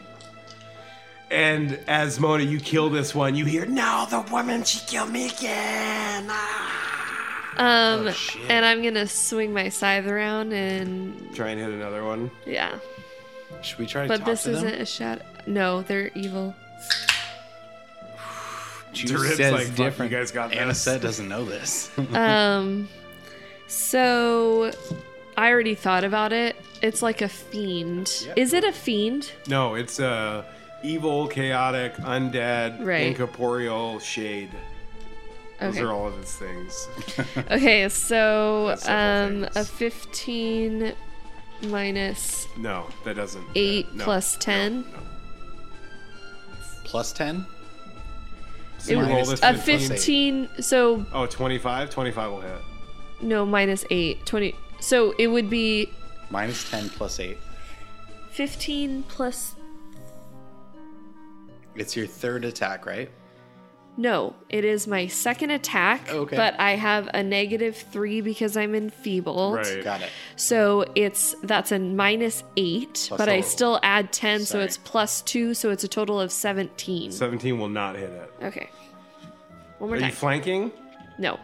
And as Mona, you kill this one, you hear, no, the woman, she killed me again. Ah. Um, and I'm gonna swing my scythe around and Try and hit another one. yeah. Should we try to But talk this to isn't them? a shot. No, they're evil. Drip's says like, "Fuck, different. You guys got this. Anisette doesn't know this. Um, so I already thought about it. It's like a fiend. Is it a fiend? No, it's a evil, chaotic, undead, Right. incorporeal shade. Those Okay. are all of its things. Okay, so That's several um, a things. 15 minus No, that doesn't. 8 no, plus 10. Plus 10? So you It- roll this A with plus eight. 15, so Oh, 25? 25 will hit. no, minus 8, 20. So it would be Minus 10 plus 8. 15 plus It's your third attack, right? No, it is my second attack, Okay. but I have a negative three because I'm enfeebled. Right. Got it. So it's that's a minus eight, Plus but I total. still add ten, so Sorry. it's plus two, so it's a total of seventeen. 17 will not hit it. okay. One more Are you time. flanking? no.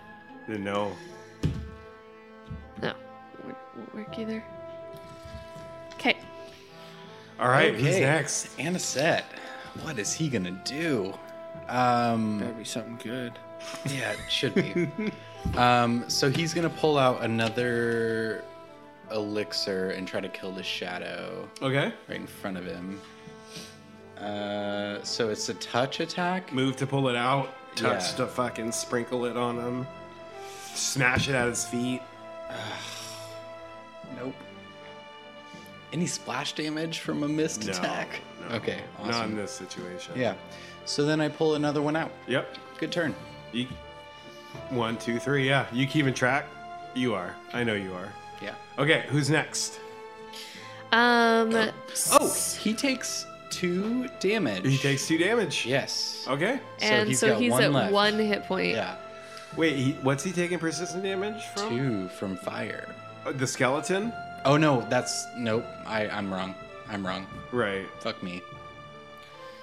Then no. won't work either. Okay. All right, who's Okay. next? Anisette, what is he gonna do? Um, That'd be something good. yeah, it should be. um, so he's gonna pull out another elixir and try to kill the shadow Okay. right in front of him. Uh, so it's a touch attack. Move to pull it out. Touch Yeah. to fucking sprinkle it on him. Smash it at his feet. Nope. Any splash damage from a missed No, attack? no. Okay, awesome. Not in this situation. Yeah. So then I pull another one out. Yep. Good turn. You, one, two, three. Yeah. You keeping track? You are. I know you are. Yeah. Okay. Who's next? Um. Oh, he takes two damage. He takes two damage. Yes. Okay. And so he's, at left. one hit point. Yeah. Wait. He, what's he taking persistent damage from? Two from fire. Uh, the skeleton. Oh no, that's nope. I I'm wrong. I'm wrong. Right. Fuck me.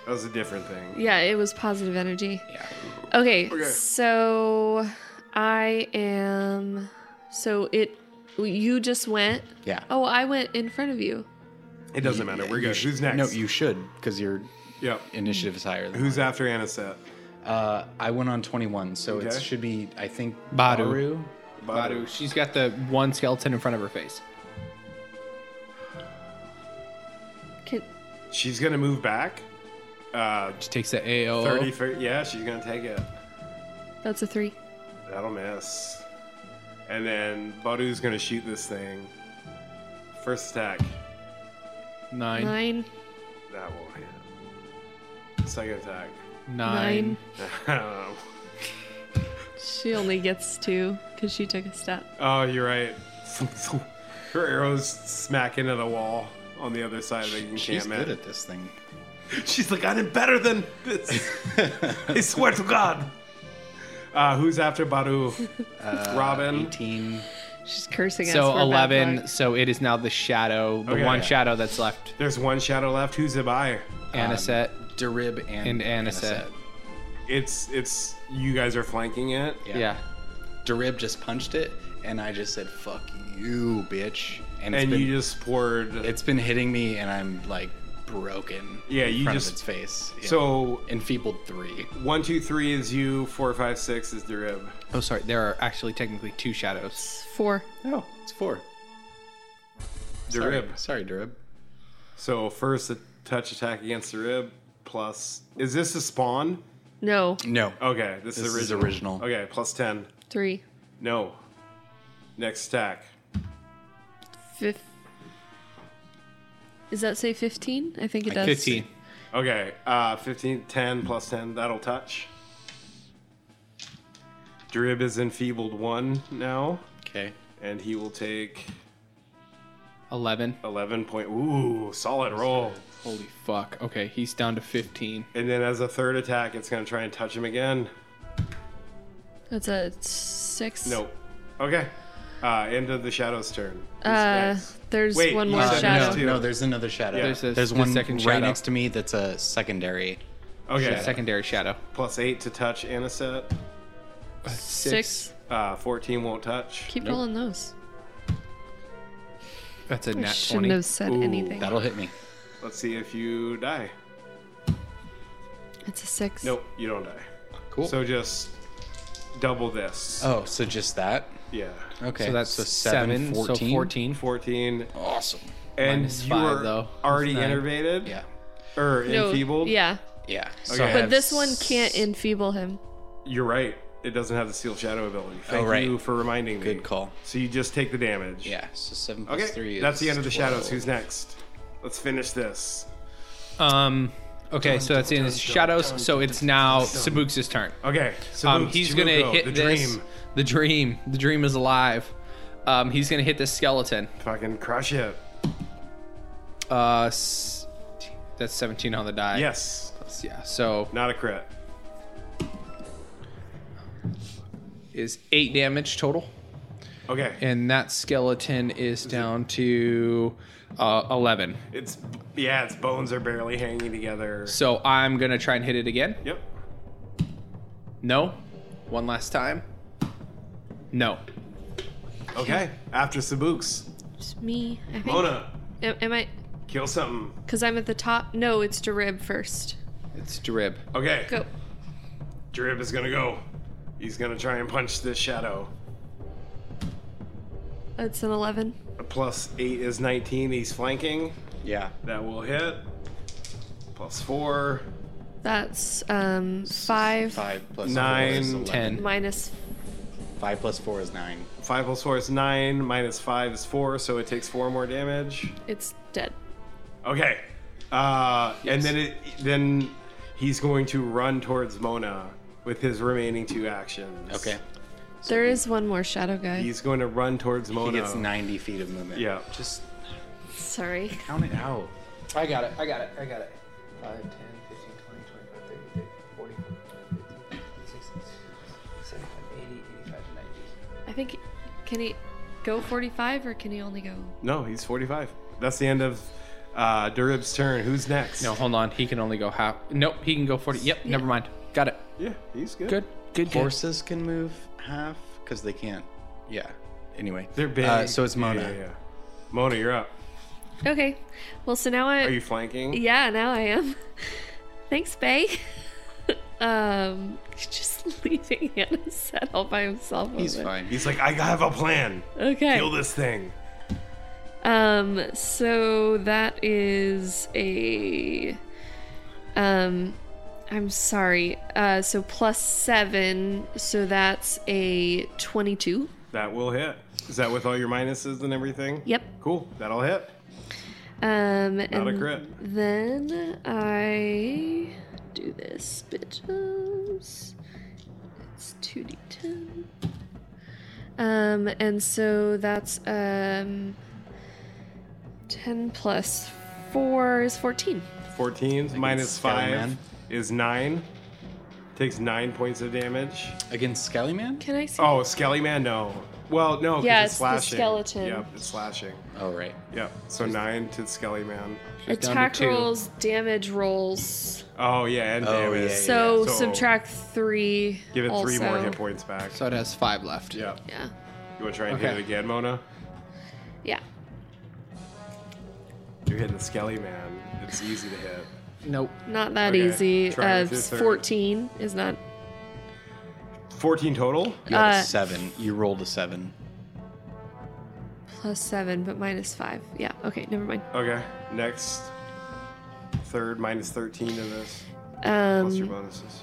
That was a different thing. Yeah, it was positive energy. Yeah. Okay, Okay. so I am. So it. You just went. Yeah. Oh, I went in front of you. It doesn't matter. We're You good. sh- Who's next? No, you should because your Yep. initiative is higher. Than Who's mine. after Anisette? Uh, I went on 21, so Okay. it should be I think Baru. Baru. Badu, she's got the one skeleton in front of her face. Can, She's gonna move back. Uh, She takes the Oh. AO. 30, fir- yeah, she's gonna take it. that's a three. That'll miss. And then Badu's gonna shoot this thing. First attack. Nine. Nine. Nine. That won't hit. Second attack. Nine. oh, She only gets two because she took a step. Oh, you're right. Her arrows smack into the wall on the other side of the encampment. She's good at this thing. She's like, I'm better than this. I swear to God. Uh, who's after Baru? Uh, E Robin. 18. She's cursing us. So We're bad eleven. luck. So it is now the shadow, the Okay. one shadow that's left. There's one shadow left. Who's it by? Anisette. Derib and, And Anisette. It's it's you guys are flanking it. Yeah. yeah. Derib just punched it, and I just said, fuck you, bitch. And, it's And been, you just poured. It's been hitting me, and I'm like broken. Yeah, in you front just- of its face. Yeah. So enfeebled three. one, two, three is you. Four, five, six is Derib. Oh, sorry. There are actually technically two shadows. Four. Oh. No, it's four. Derib. Sorry, Derib. So first a touch attack against Derib. Plus, is this a spawn? No. No. Okay, this, This is, is original. original. Okay, plus ten. Three. No. Next attack. Fifth. Does that say 15? I think it does. Fifteen. Okay, uh, 15, 10 plus 10, that'll touch. Drib is enfeebled one now, Okay. and he will take Eleven. 11 point. Ooh, solid roll. Holy fuck. Okay, he's down to fifteen. And then as a third attack, it's going to try and touch him again. That's a six. Nope. Okay. Uh, end of the shadow's turn. Who's Uh, next? there's Wait, one you more said there's shadow. two. No, there's another shadow. Yeah. There's There's this, There's the one second right shadow. next to me that's a secondary. Okay. Secondary shadow. Plus 8 to touch Anisette. Six. Uh, 14 won't touch. Keep rolling those. That's a I nat shouldn't twenty. have said anything. That'll hit me. Let's see if you die. It's a six. Nope, you don't die. Cool. So just double this. oh, Uh, so just that? Yeah. Okay. So that's seven. So fourteen. 14 Awesome. and Minus you five, are though. already That's nine. innervated Yeah. or No, enfeebled Yeah. Yeah. So Okay. I But have this one can't s- enfeeble him. you're right it doesn't have the seal shadow ability thank Oh, right. you for reminding me Good call. so you just take the damage Yeah. So seven plus okay three. Is that's the end of the 12. shadows who's next let's finish this Um. Okay, so that's the end of the shadows. So it's now Sabuks' turn. okay so Um, move he's Chimuko, gonna hit the this. dream The dream. The dream is alive. Um, he's gonna hit this skeleton. fucking crush it Uh, s- that's 17 on the die. yes Yeah. So not a crit is eight damage total, okay and that skeleton is down to uh, 11. it's yeah its bones are barely hanging together So I'm gonna try and hit it again. yep No. One last time. No. okay after sabuks It's me. I think. Mona, Am, am I? kill something. Because I'm at the top. No, it's Darib first. It's Drib. Okay. Go. Drib is gonna go. He's gonna try and punch this shadow. That's an 11. A plus eight is 19. He's flanking. Yeah. That will hit. Plus four. That's um five, Five plus Nine, four is 11. ten. minus Five plus four is nine. Five plus four is nine. Minus five is four, so it takes four more damage. it's dead. Okay. Uh, And then it, then he's going to run towards Mona with his remaining two actions. Okay. There is one more shadow guy. He's going to run towards Mona. He gets 90 feet of movement. Oh, Yeah. Just Sorry. count it out. I got it. I got it. I got it. 5, 10, 15, 20, 25, 30, 30, 40, 50, 60, 75, 80, 85, 90. I think can he go 45 or can he only go? No, he's 45. That's the end of uh, Durib's turn. Who's next? No, hold on. He can only go half. Nope, he can go 40. Yep, never mind. Got it. Yeah, he's good. Good. Good. good. Horses can move half because they can't. Yeah. Anyway. They're big. Uh, so it's Yeah, Mona. Yeah, yeah. Mona, you're up. Okay. Well, so now I Are you flanking? Yeah, now I am. Thanks, Bay. um just leaving Hannah set all by himself. He's over. fine. He's like, I have a plan. Okay. Kill this thing. Um, so that is a. Um, I'm sorry. Uh, so plus seven, so that's a 22. That will hit. Is that with all your minuses and everything? Yep. Cool. That'll hit. Um, Not a and crit. Then I do this, bitches. It's 2d10. Um, and so that's um, 10 plus 4 is 14. 14 minus Skyman. 5 is 9. Takes 9 points of damage. Against Skelly Man? Can I see? Oh, Skelly Man, no. Well, no, 'cause Yeah, it's it's the slashing. skeleton. Yep, it's slashing. Oh, right. Yep, so 9 to Skelly Man. down to attack two. rolls, damage rolls. Oh, yeah, and Oh, damage. yeah, yeah. So, So- subtract three. Give it 3 more also. hit points back. So it has five left. Yeah. Yeah, You want to try and hit Okay. it again, Mona? yeah. You're hitting the Skelly Man. It's easy to hit. Nope. Not that Okay, easy. try Uh, with your third. fourteen is not. 14 total? You had Uh, a seven. You rolled a seven. plus seven, but minus five. Yeah. Okay. Never mind. Okay, next. Third minus 13 to this. Plus your Um. bonuses.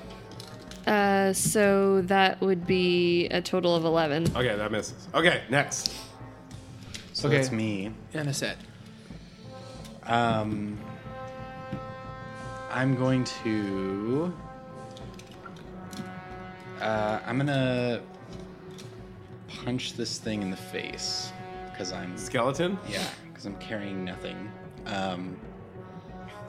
Uh. So that would be a total of eleven. Okay, that misses. Okay, next. So Okay. that's me. And a set. Um, I'm going to. Uh, I'm gonna punch this thing in the face because I'm Skeleton? yeah because I'm carrying nothing. Um,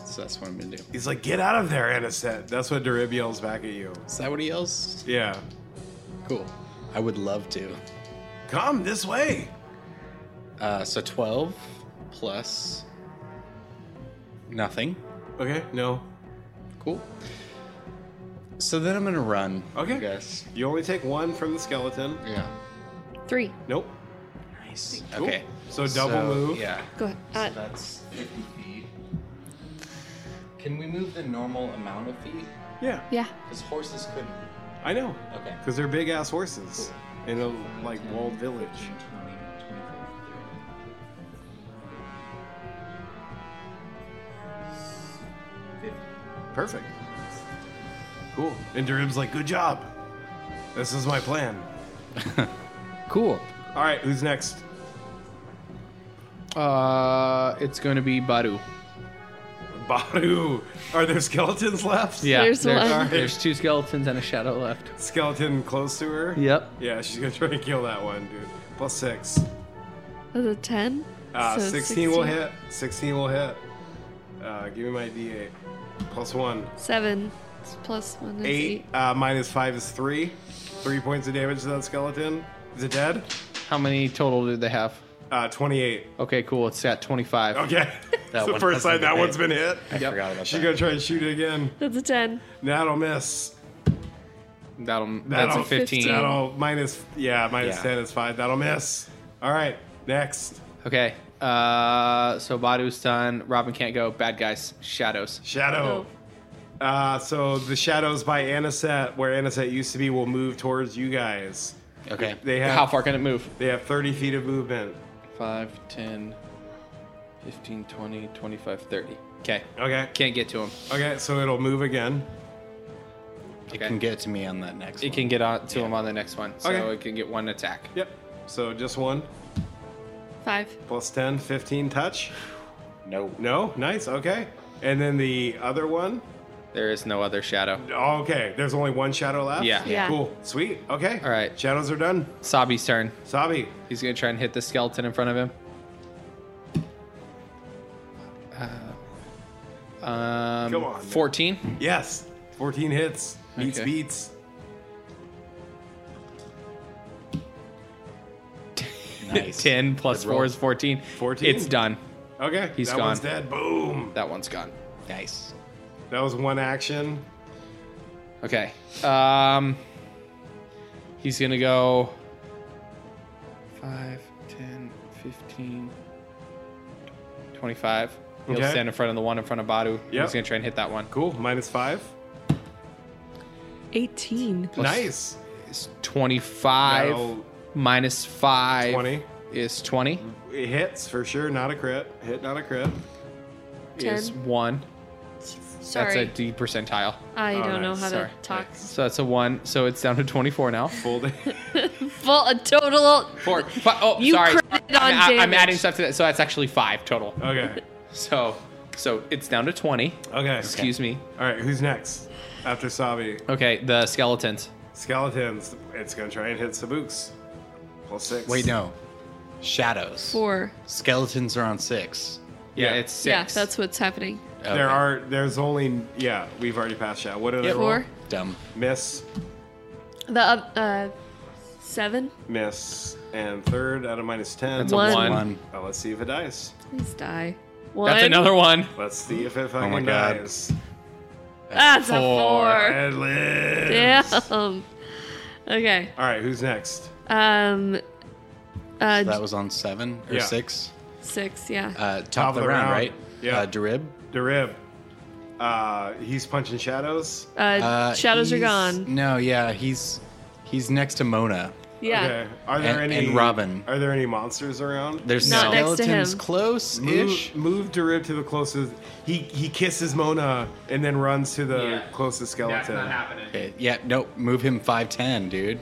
so that's what I'm gonna do. He's like, get out of there, Anisette. That's what Darib yells back at you. Is that what he yells? Yeah. Cool. I would love to. Come this way. Uh, so 12 plus nothing. Okay, no. Cool. So then I'm gonna run. Okay. I guess. You only take one from the skeleton. Yeah. Three. Nope. Nice. Cool. Okay. So double move. Yeah. Go ahead. Uh, That's 50 feet. Can we move the normal amount of feet? Yeah, yeah. Because horses couldn't. I know. Okay. Because they're big ass horses in a like walled village. Perfect. Cool. And Darib's like, good job. This is my plan. Cool. All right, who's next? Uh, it's going to be Baru. Baru. Are there skeletons left? Yeah. There's there's, one. there's two skeletons and a shadow left. Skeleton close to her. Yep. Yeah, she's gonna try and kill that one, dude. Plus six. That's a ten. Uh, So 16, will hit. 16 will hit. Uh, give me my d8. Plus one. Seven. It's plus one is Eight eight. uh, minus five is three. Three points of damage to that skeleton. Is it dead? How many total do they have? Uh, 28. Okay, cool. It's at 25. Okay. That's the Oh. one first time hasn't that been one's hit. been hit. I forgot about She's that. gonna try and shoot it again. That's a ten. That'll miss. That'll, that's That'll- a 15. Fifteen. That'll minus yeah Oh. minus Yeah. ten is five. That'll miss. All right, next. Okay. Uh, so Badu's done. Robin can't go. Bad guys. Shadows. Shadow. Uh, so the shadows by Aniset, where Aniset used to be, will move towards you guys. Okay. They have How far can it move? They have 30 feet of movement. 5, 10, 15, 20, 25, 30. Okay. Okay. Can't get to him. Okay. So it'll move again. It can get to me on that next It one. can get on to him on the next one. So Okay. it can get one attack. Yep. So just one Five. plus 10, 15 touch. No. No. Nice. Okay. And then the other one. There is no other shadow. Oh, okay. There's only one shadow left. Yeah. Yeah. Cool. Sweet. Okay. All right. Shadows are done. Sabi's turn. Sabi. He's gonna try and hit the skeleton in front of him. Uh, um, Come on, man. 14. Yes. 14 hits. Beats Okay. beats. Nice. 10 plus Good roll. 4 is 14. 14? It's done. Okay. He's that gone. one's dead. Boom. That one's gone. Nice. That was one action. Okay. Um, he's going to go 5, 10, 15, 25. He'll Okay. stand in front of the one in front of Badu. Yep. He's going to try and hit that one. Cool. Minus five. 18. nice. It's 25 Now minus 5 20. is 20. It hits for sure. Not a crit. Hit, not a crit. Is Ten. 1. That's Sorry. a D percentile. I Oh, don't know nice. how Sorry. to talk. So that's a 1. So it's down to 24 now. Full day. Full, a total. Four. Fi- oh, You sorry. critted on I'm- I- I'm damage. adding stuff to that. So that's actually 5 total. Okay. So so it's down to 20. Okay. Excuse me. All right. Who's next? After Sabi. Okay, the skeletons. Skeletons. It's going to try and hit Sabuks. Plus six. Wait, no. Shadows. Four. Skeletons are on six. Yeah, Yeah. it's six. Yeah, that's what's happening. Okay. There are, there's only, yeah, we've already passed that. What did I roll? Four. Dumb. Miss, The oth- uh, seven. miss, and third out of minus 10. That's a One. one. One. Uh, let's see if it dies. Please die. One. That's another one. Let's see if it Oh my fucking God. dies. That's a It lives. four. Damn. Okay. All right, who's next? Um. Uh, That was on seven or Yeah. six. six. Yeah. Uh, top, of the, round, right? Yeah. Uh, Darib. Darib. Uh, he's punching shadows. Uh, Uh, shadows are he's- gone. No, yeah, he's he's next to Mona. Yeah. Okay. Are there And- any and Robin. Are there any monsters around? There's Not next to skeletons him. close ish. Move, move Darib to the closest. He he kisses Mona and then runs to the closest skeleton. happening. Okay, yeah, nope. Move him five ten, dude.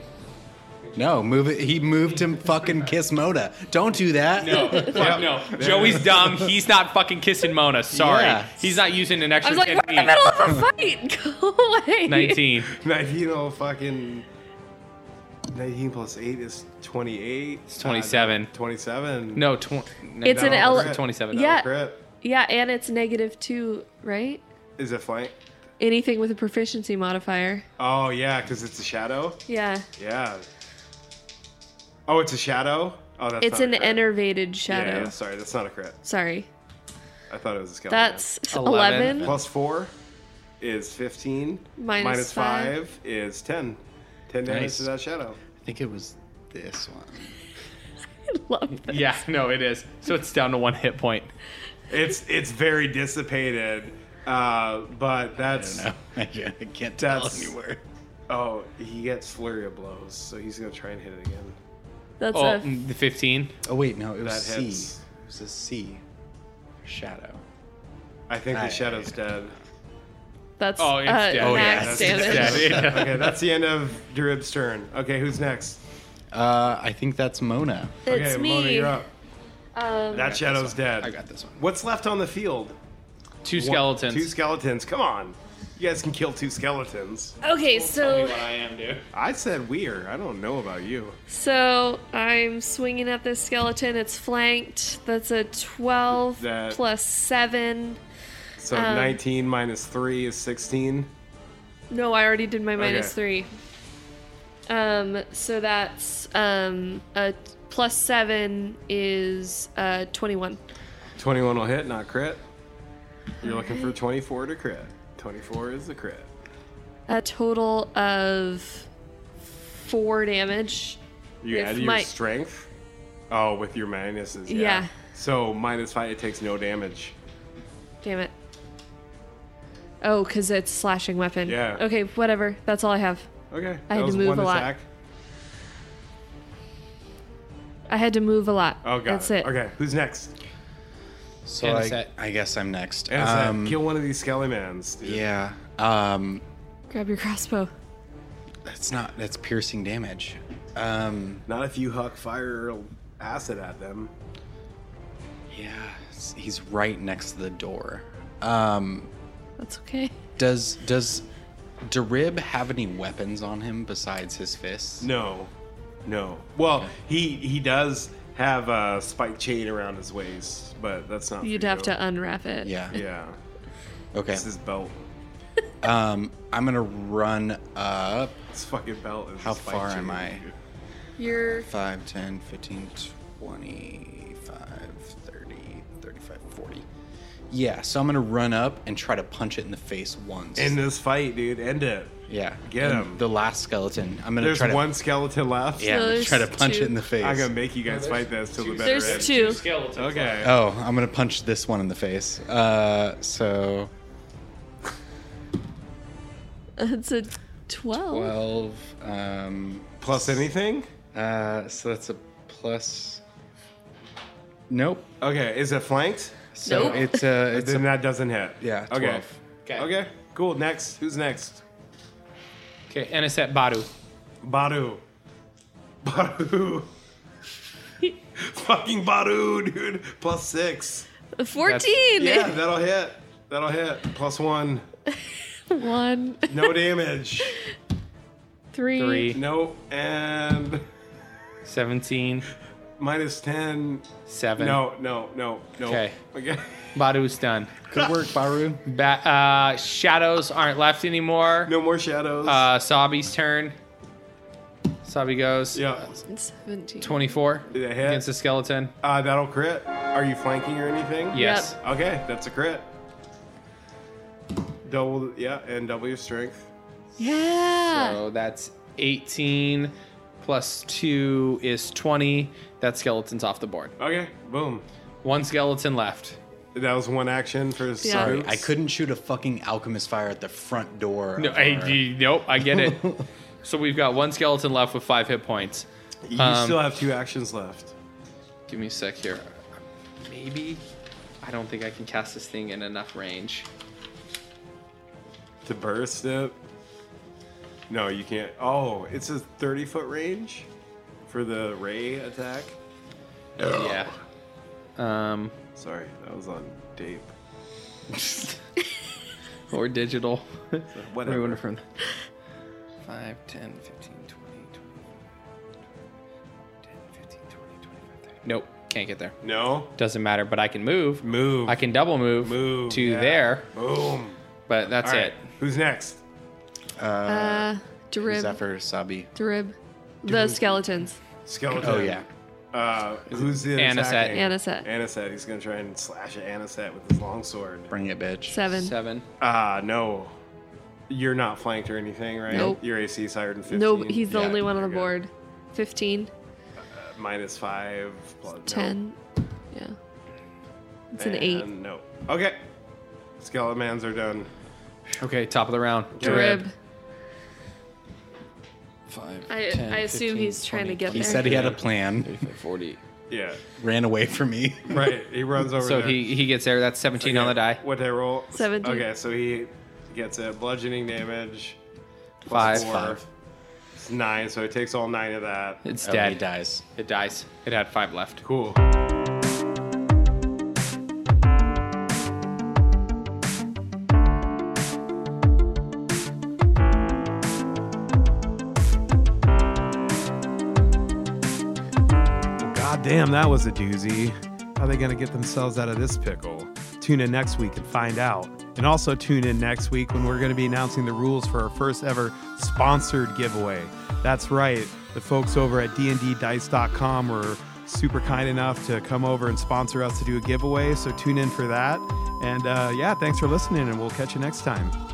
No, move it. He moved him fucking kiss Mona. Don't do that. No, fuck no. Joey's dumb. He's not fucking kissing Mona. Sorry. Yeah. He's not using an I extra was like, 10 we're in the feet. middle of a fight. Go away. 19. 19 will oh fucking. 19 plus 8 is Uh, 28. It's 27. 27. No, tw- no, It's an No, L. it's a 27. Yeah. Crit. Yeah, and it's negative two, right? Is it flank? Anything with a proficiency modifier. Oh, yeah, because it's a shadow? Yeah. Yeah. Oh, it's a shadow? Oh, that's it's not a an crit. enervated shadow. Yeah, yeah, sorry, that's not a crit. Sorry. I thought it was a skeleton. That's 11. Eleven. Plus 4 is 15. Minus Minus five. 5 is 10. 10 damage Nice. to that shadow. I think it was this one. I love that. Yeah, no, it is. So it's down to one hit point. It's it's very dissipated, uh, but that's. No, I can't tell That's- anywhere. Oh, he gets flurry of blows, so he's gonna try and hit it again. That's Oh, a mm, the 15. Oh wait, no, it was That C. hits. It was a C. Shadow. I think Aye. the shadow's dead. that's Oh, it's uh, dead. Oh, yeah, max that's- damage. Yeah, yeah. Okay, that's the end of Darib's turn. Okay, who's next? Uh, I think that's Mona. It's okay, me. Mona, you're up. Um, That shadow's dead. I got this one. What's left on the field? Two One- skeletons. Two skeletons. Come on, you guys can kill two skeletons. okay, so I am, dude. I said we're. I don't know about you. so I'm swinging at this skeleton. It's flanked. That's a 12 That- plus 7. So Um, 19 minus three is 16. No, I already did my minus Okay. 3. Um so that's um a t- plus 7 is uh 21. 21 will hit, not crit. You're looking for 24 to crit. 24 is the crit. A total of 4 damage. You With add your my- strength. Oh, with your minuses. Yeah. Yeah. So minus five, it takes no damage. Damn it. Oh, because it's slashing weapon. Yeah. Okay, whatever. That's all I have. Okay. I that had to was move one a lot. attack. I had to move a lot. Oh, god. That's it. Okay. Who's next? So I, Anisette. I guess I'm next. And it's that, Um, kill one of these Skellimans, dude. yeah. Um, Grab your crossbow. that's not. That's piercing damage. Um, Not if you huck fire or acid at them. yeah. s- He's right next to the door. Um, That's okay. does does Darib have any weapons on him besides his fists? No, no. Well, he he does have a spike chain around his waist, but that's not. for You'd have you. to unwrap it. Yeah. Yeah, Okay. it's his belt. Um, I'm gonna run up. His fucking belt is. a How spike far am chain. I? You're 5, 10, 15, 25, 30, 35, 40. Yeah, so I'm going to run up and try to punch it in the face once. In this fight, dude, end it. yeah. Get And him. The last skeleton. I'm going to There's try to. one skeleton left. Yeah, I'm gonna There's try to punch two. it in the face. I'm gonna make you guys fight this till the better there's end. two. Skeletons. Okay. Oh, I'm going to punch this one in the face. Uh, so It's a 12. 12. Um, Plus anything? uh, so that's a plus. Nope. Okay. Is it flanked? So Nope. it's uh it's then a, that doesn't hit. yeah, Okay. 12. Okay. Okay. Cool. Next. Who's next? Okay, Anisette Badu. Baru. Baru. Fucking Baru, dude. Plus six. 14! Yeah, that'll hit. That'll hit. Plus one. One, No damage. three. Three, nope. And 17, minus ten. seven. No, no, no, no. Okay. Okay. Badu's done. Good work, Baru. Ba- uh, shadows aren't left anymore. No more shadows. Uh, Sabi's turn. Sabi goes. yeah. 17. 24 Did it hit? against the skeleton. Uh, that'll crit. Are you flanking or anything? Yes. Okay, that's a crit. Double, yeah, and double your strength. Yeah! So that's 18 plus 2 is 20. That skeleton's off the board. Okay, boom. One skeleton left. That was one action for his Yeah. Sorry, spooks. I couldn't shoot a fucking alchemist fire at the front door. No, of I, our- you- nope, I get it. so we've got one skeleton left with 5 hit points. You Um, still have two actions left. Give me a sec here. Maybe. I don't think I can cast this thing in enough range. To burst it. No, you can't. Oh, it's a 30 foot range for the ray attack. Yeah. Um, Sorry, that was on tape. or digital. Whatever. Everyone from 5, 10, 15, 20, 10, 15, 20, 25, 30. Nope, can't get there. No? Doesn't matter, but I can move. Move. I can double move, Move. to yeah. there, Boom. but that's All right. it. Who's next? uh, Darib. Zephyr, Sabi. Darib. The skeletons. Skeleton. Oh yeah. Uh, who's the Anisette. attacking? Anisette. Anisette. He's gonna try and slash at Anisette with his longsword. Bring it, bitch. Seven. Seven. Ah, no. You're not flanked or anything, right? Nope. Your AC is higher than 15. No, he's the Yeah, only one on the you're good. board. 15, Minus five. Plus, no. 10. Yeah. It's an eight. And No. Okay. Skeletons are done. Okay, top of the round. Darib. Five. I, I assume he's trying to get He there. said he had a plan, 40. Yeah. ran away from me. Right. He runs over. So there. he, he gets there. That's 17 on the die. What they roll? 17. Okay, so he gets a bludgeoning damage. Five. Four. It's nine, so he takes all nine of that. It's Oh, dead. He dies. It dies. It had five left. Cool. God damn, that was a doozy. How are they going to get themselves out of this pickle? Tune in next week and find out. And also tune in next week when we're going to be announcing the rules for our first ever sponsored giveaway. That's right. The folks over at dnddice.com were super kind enough to come over and sponsor us to do a giveaway. So tune in for that. And uh, yeah, thanks for listening, and we'll catch you next time.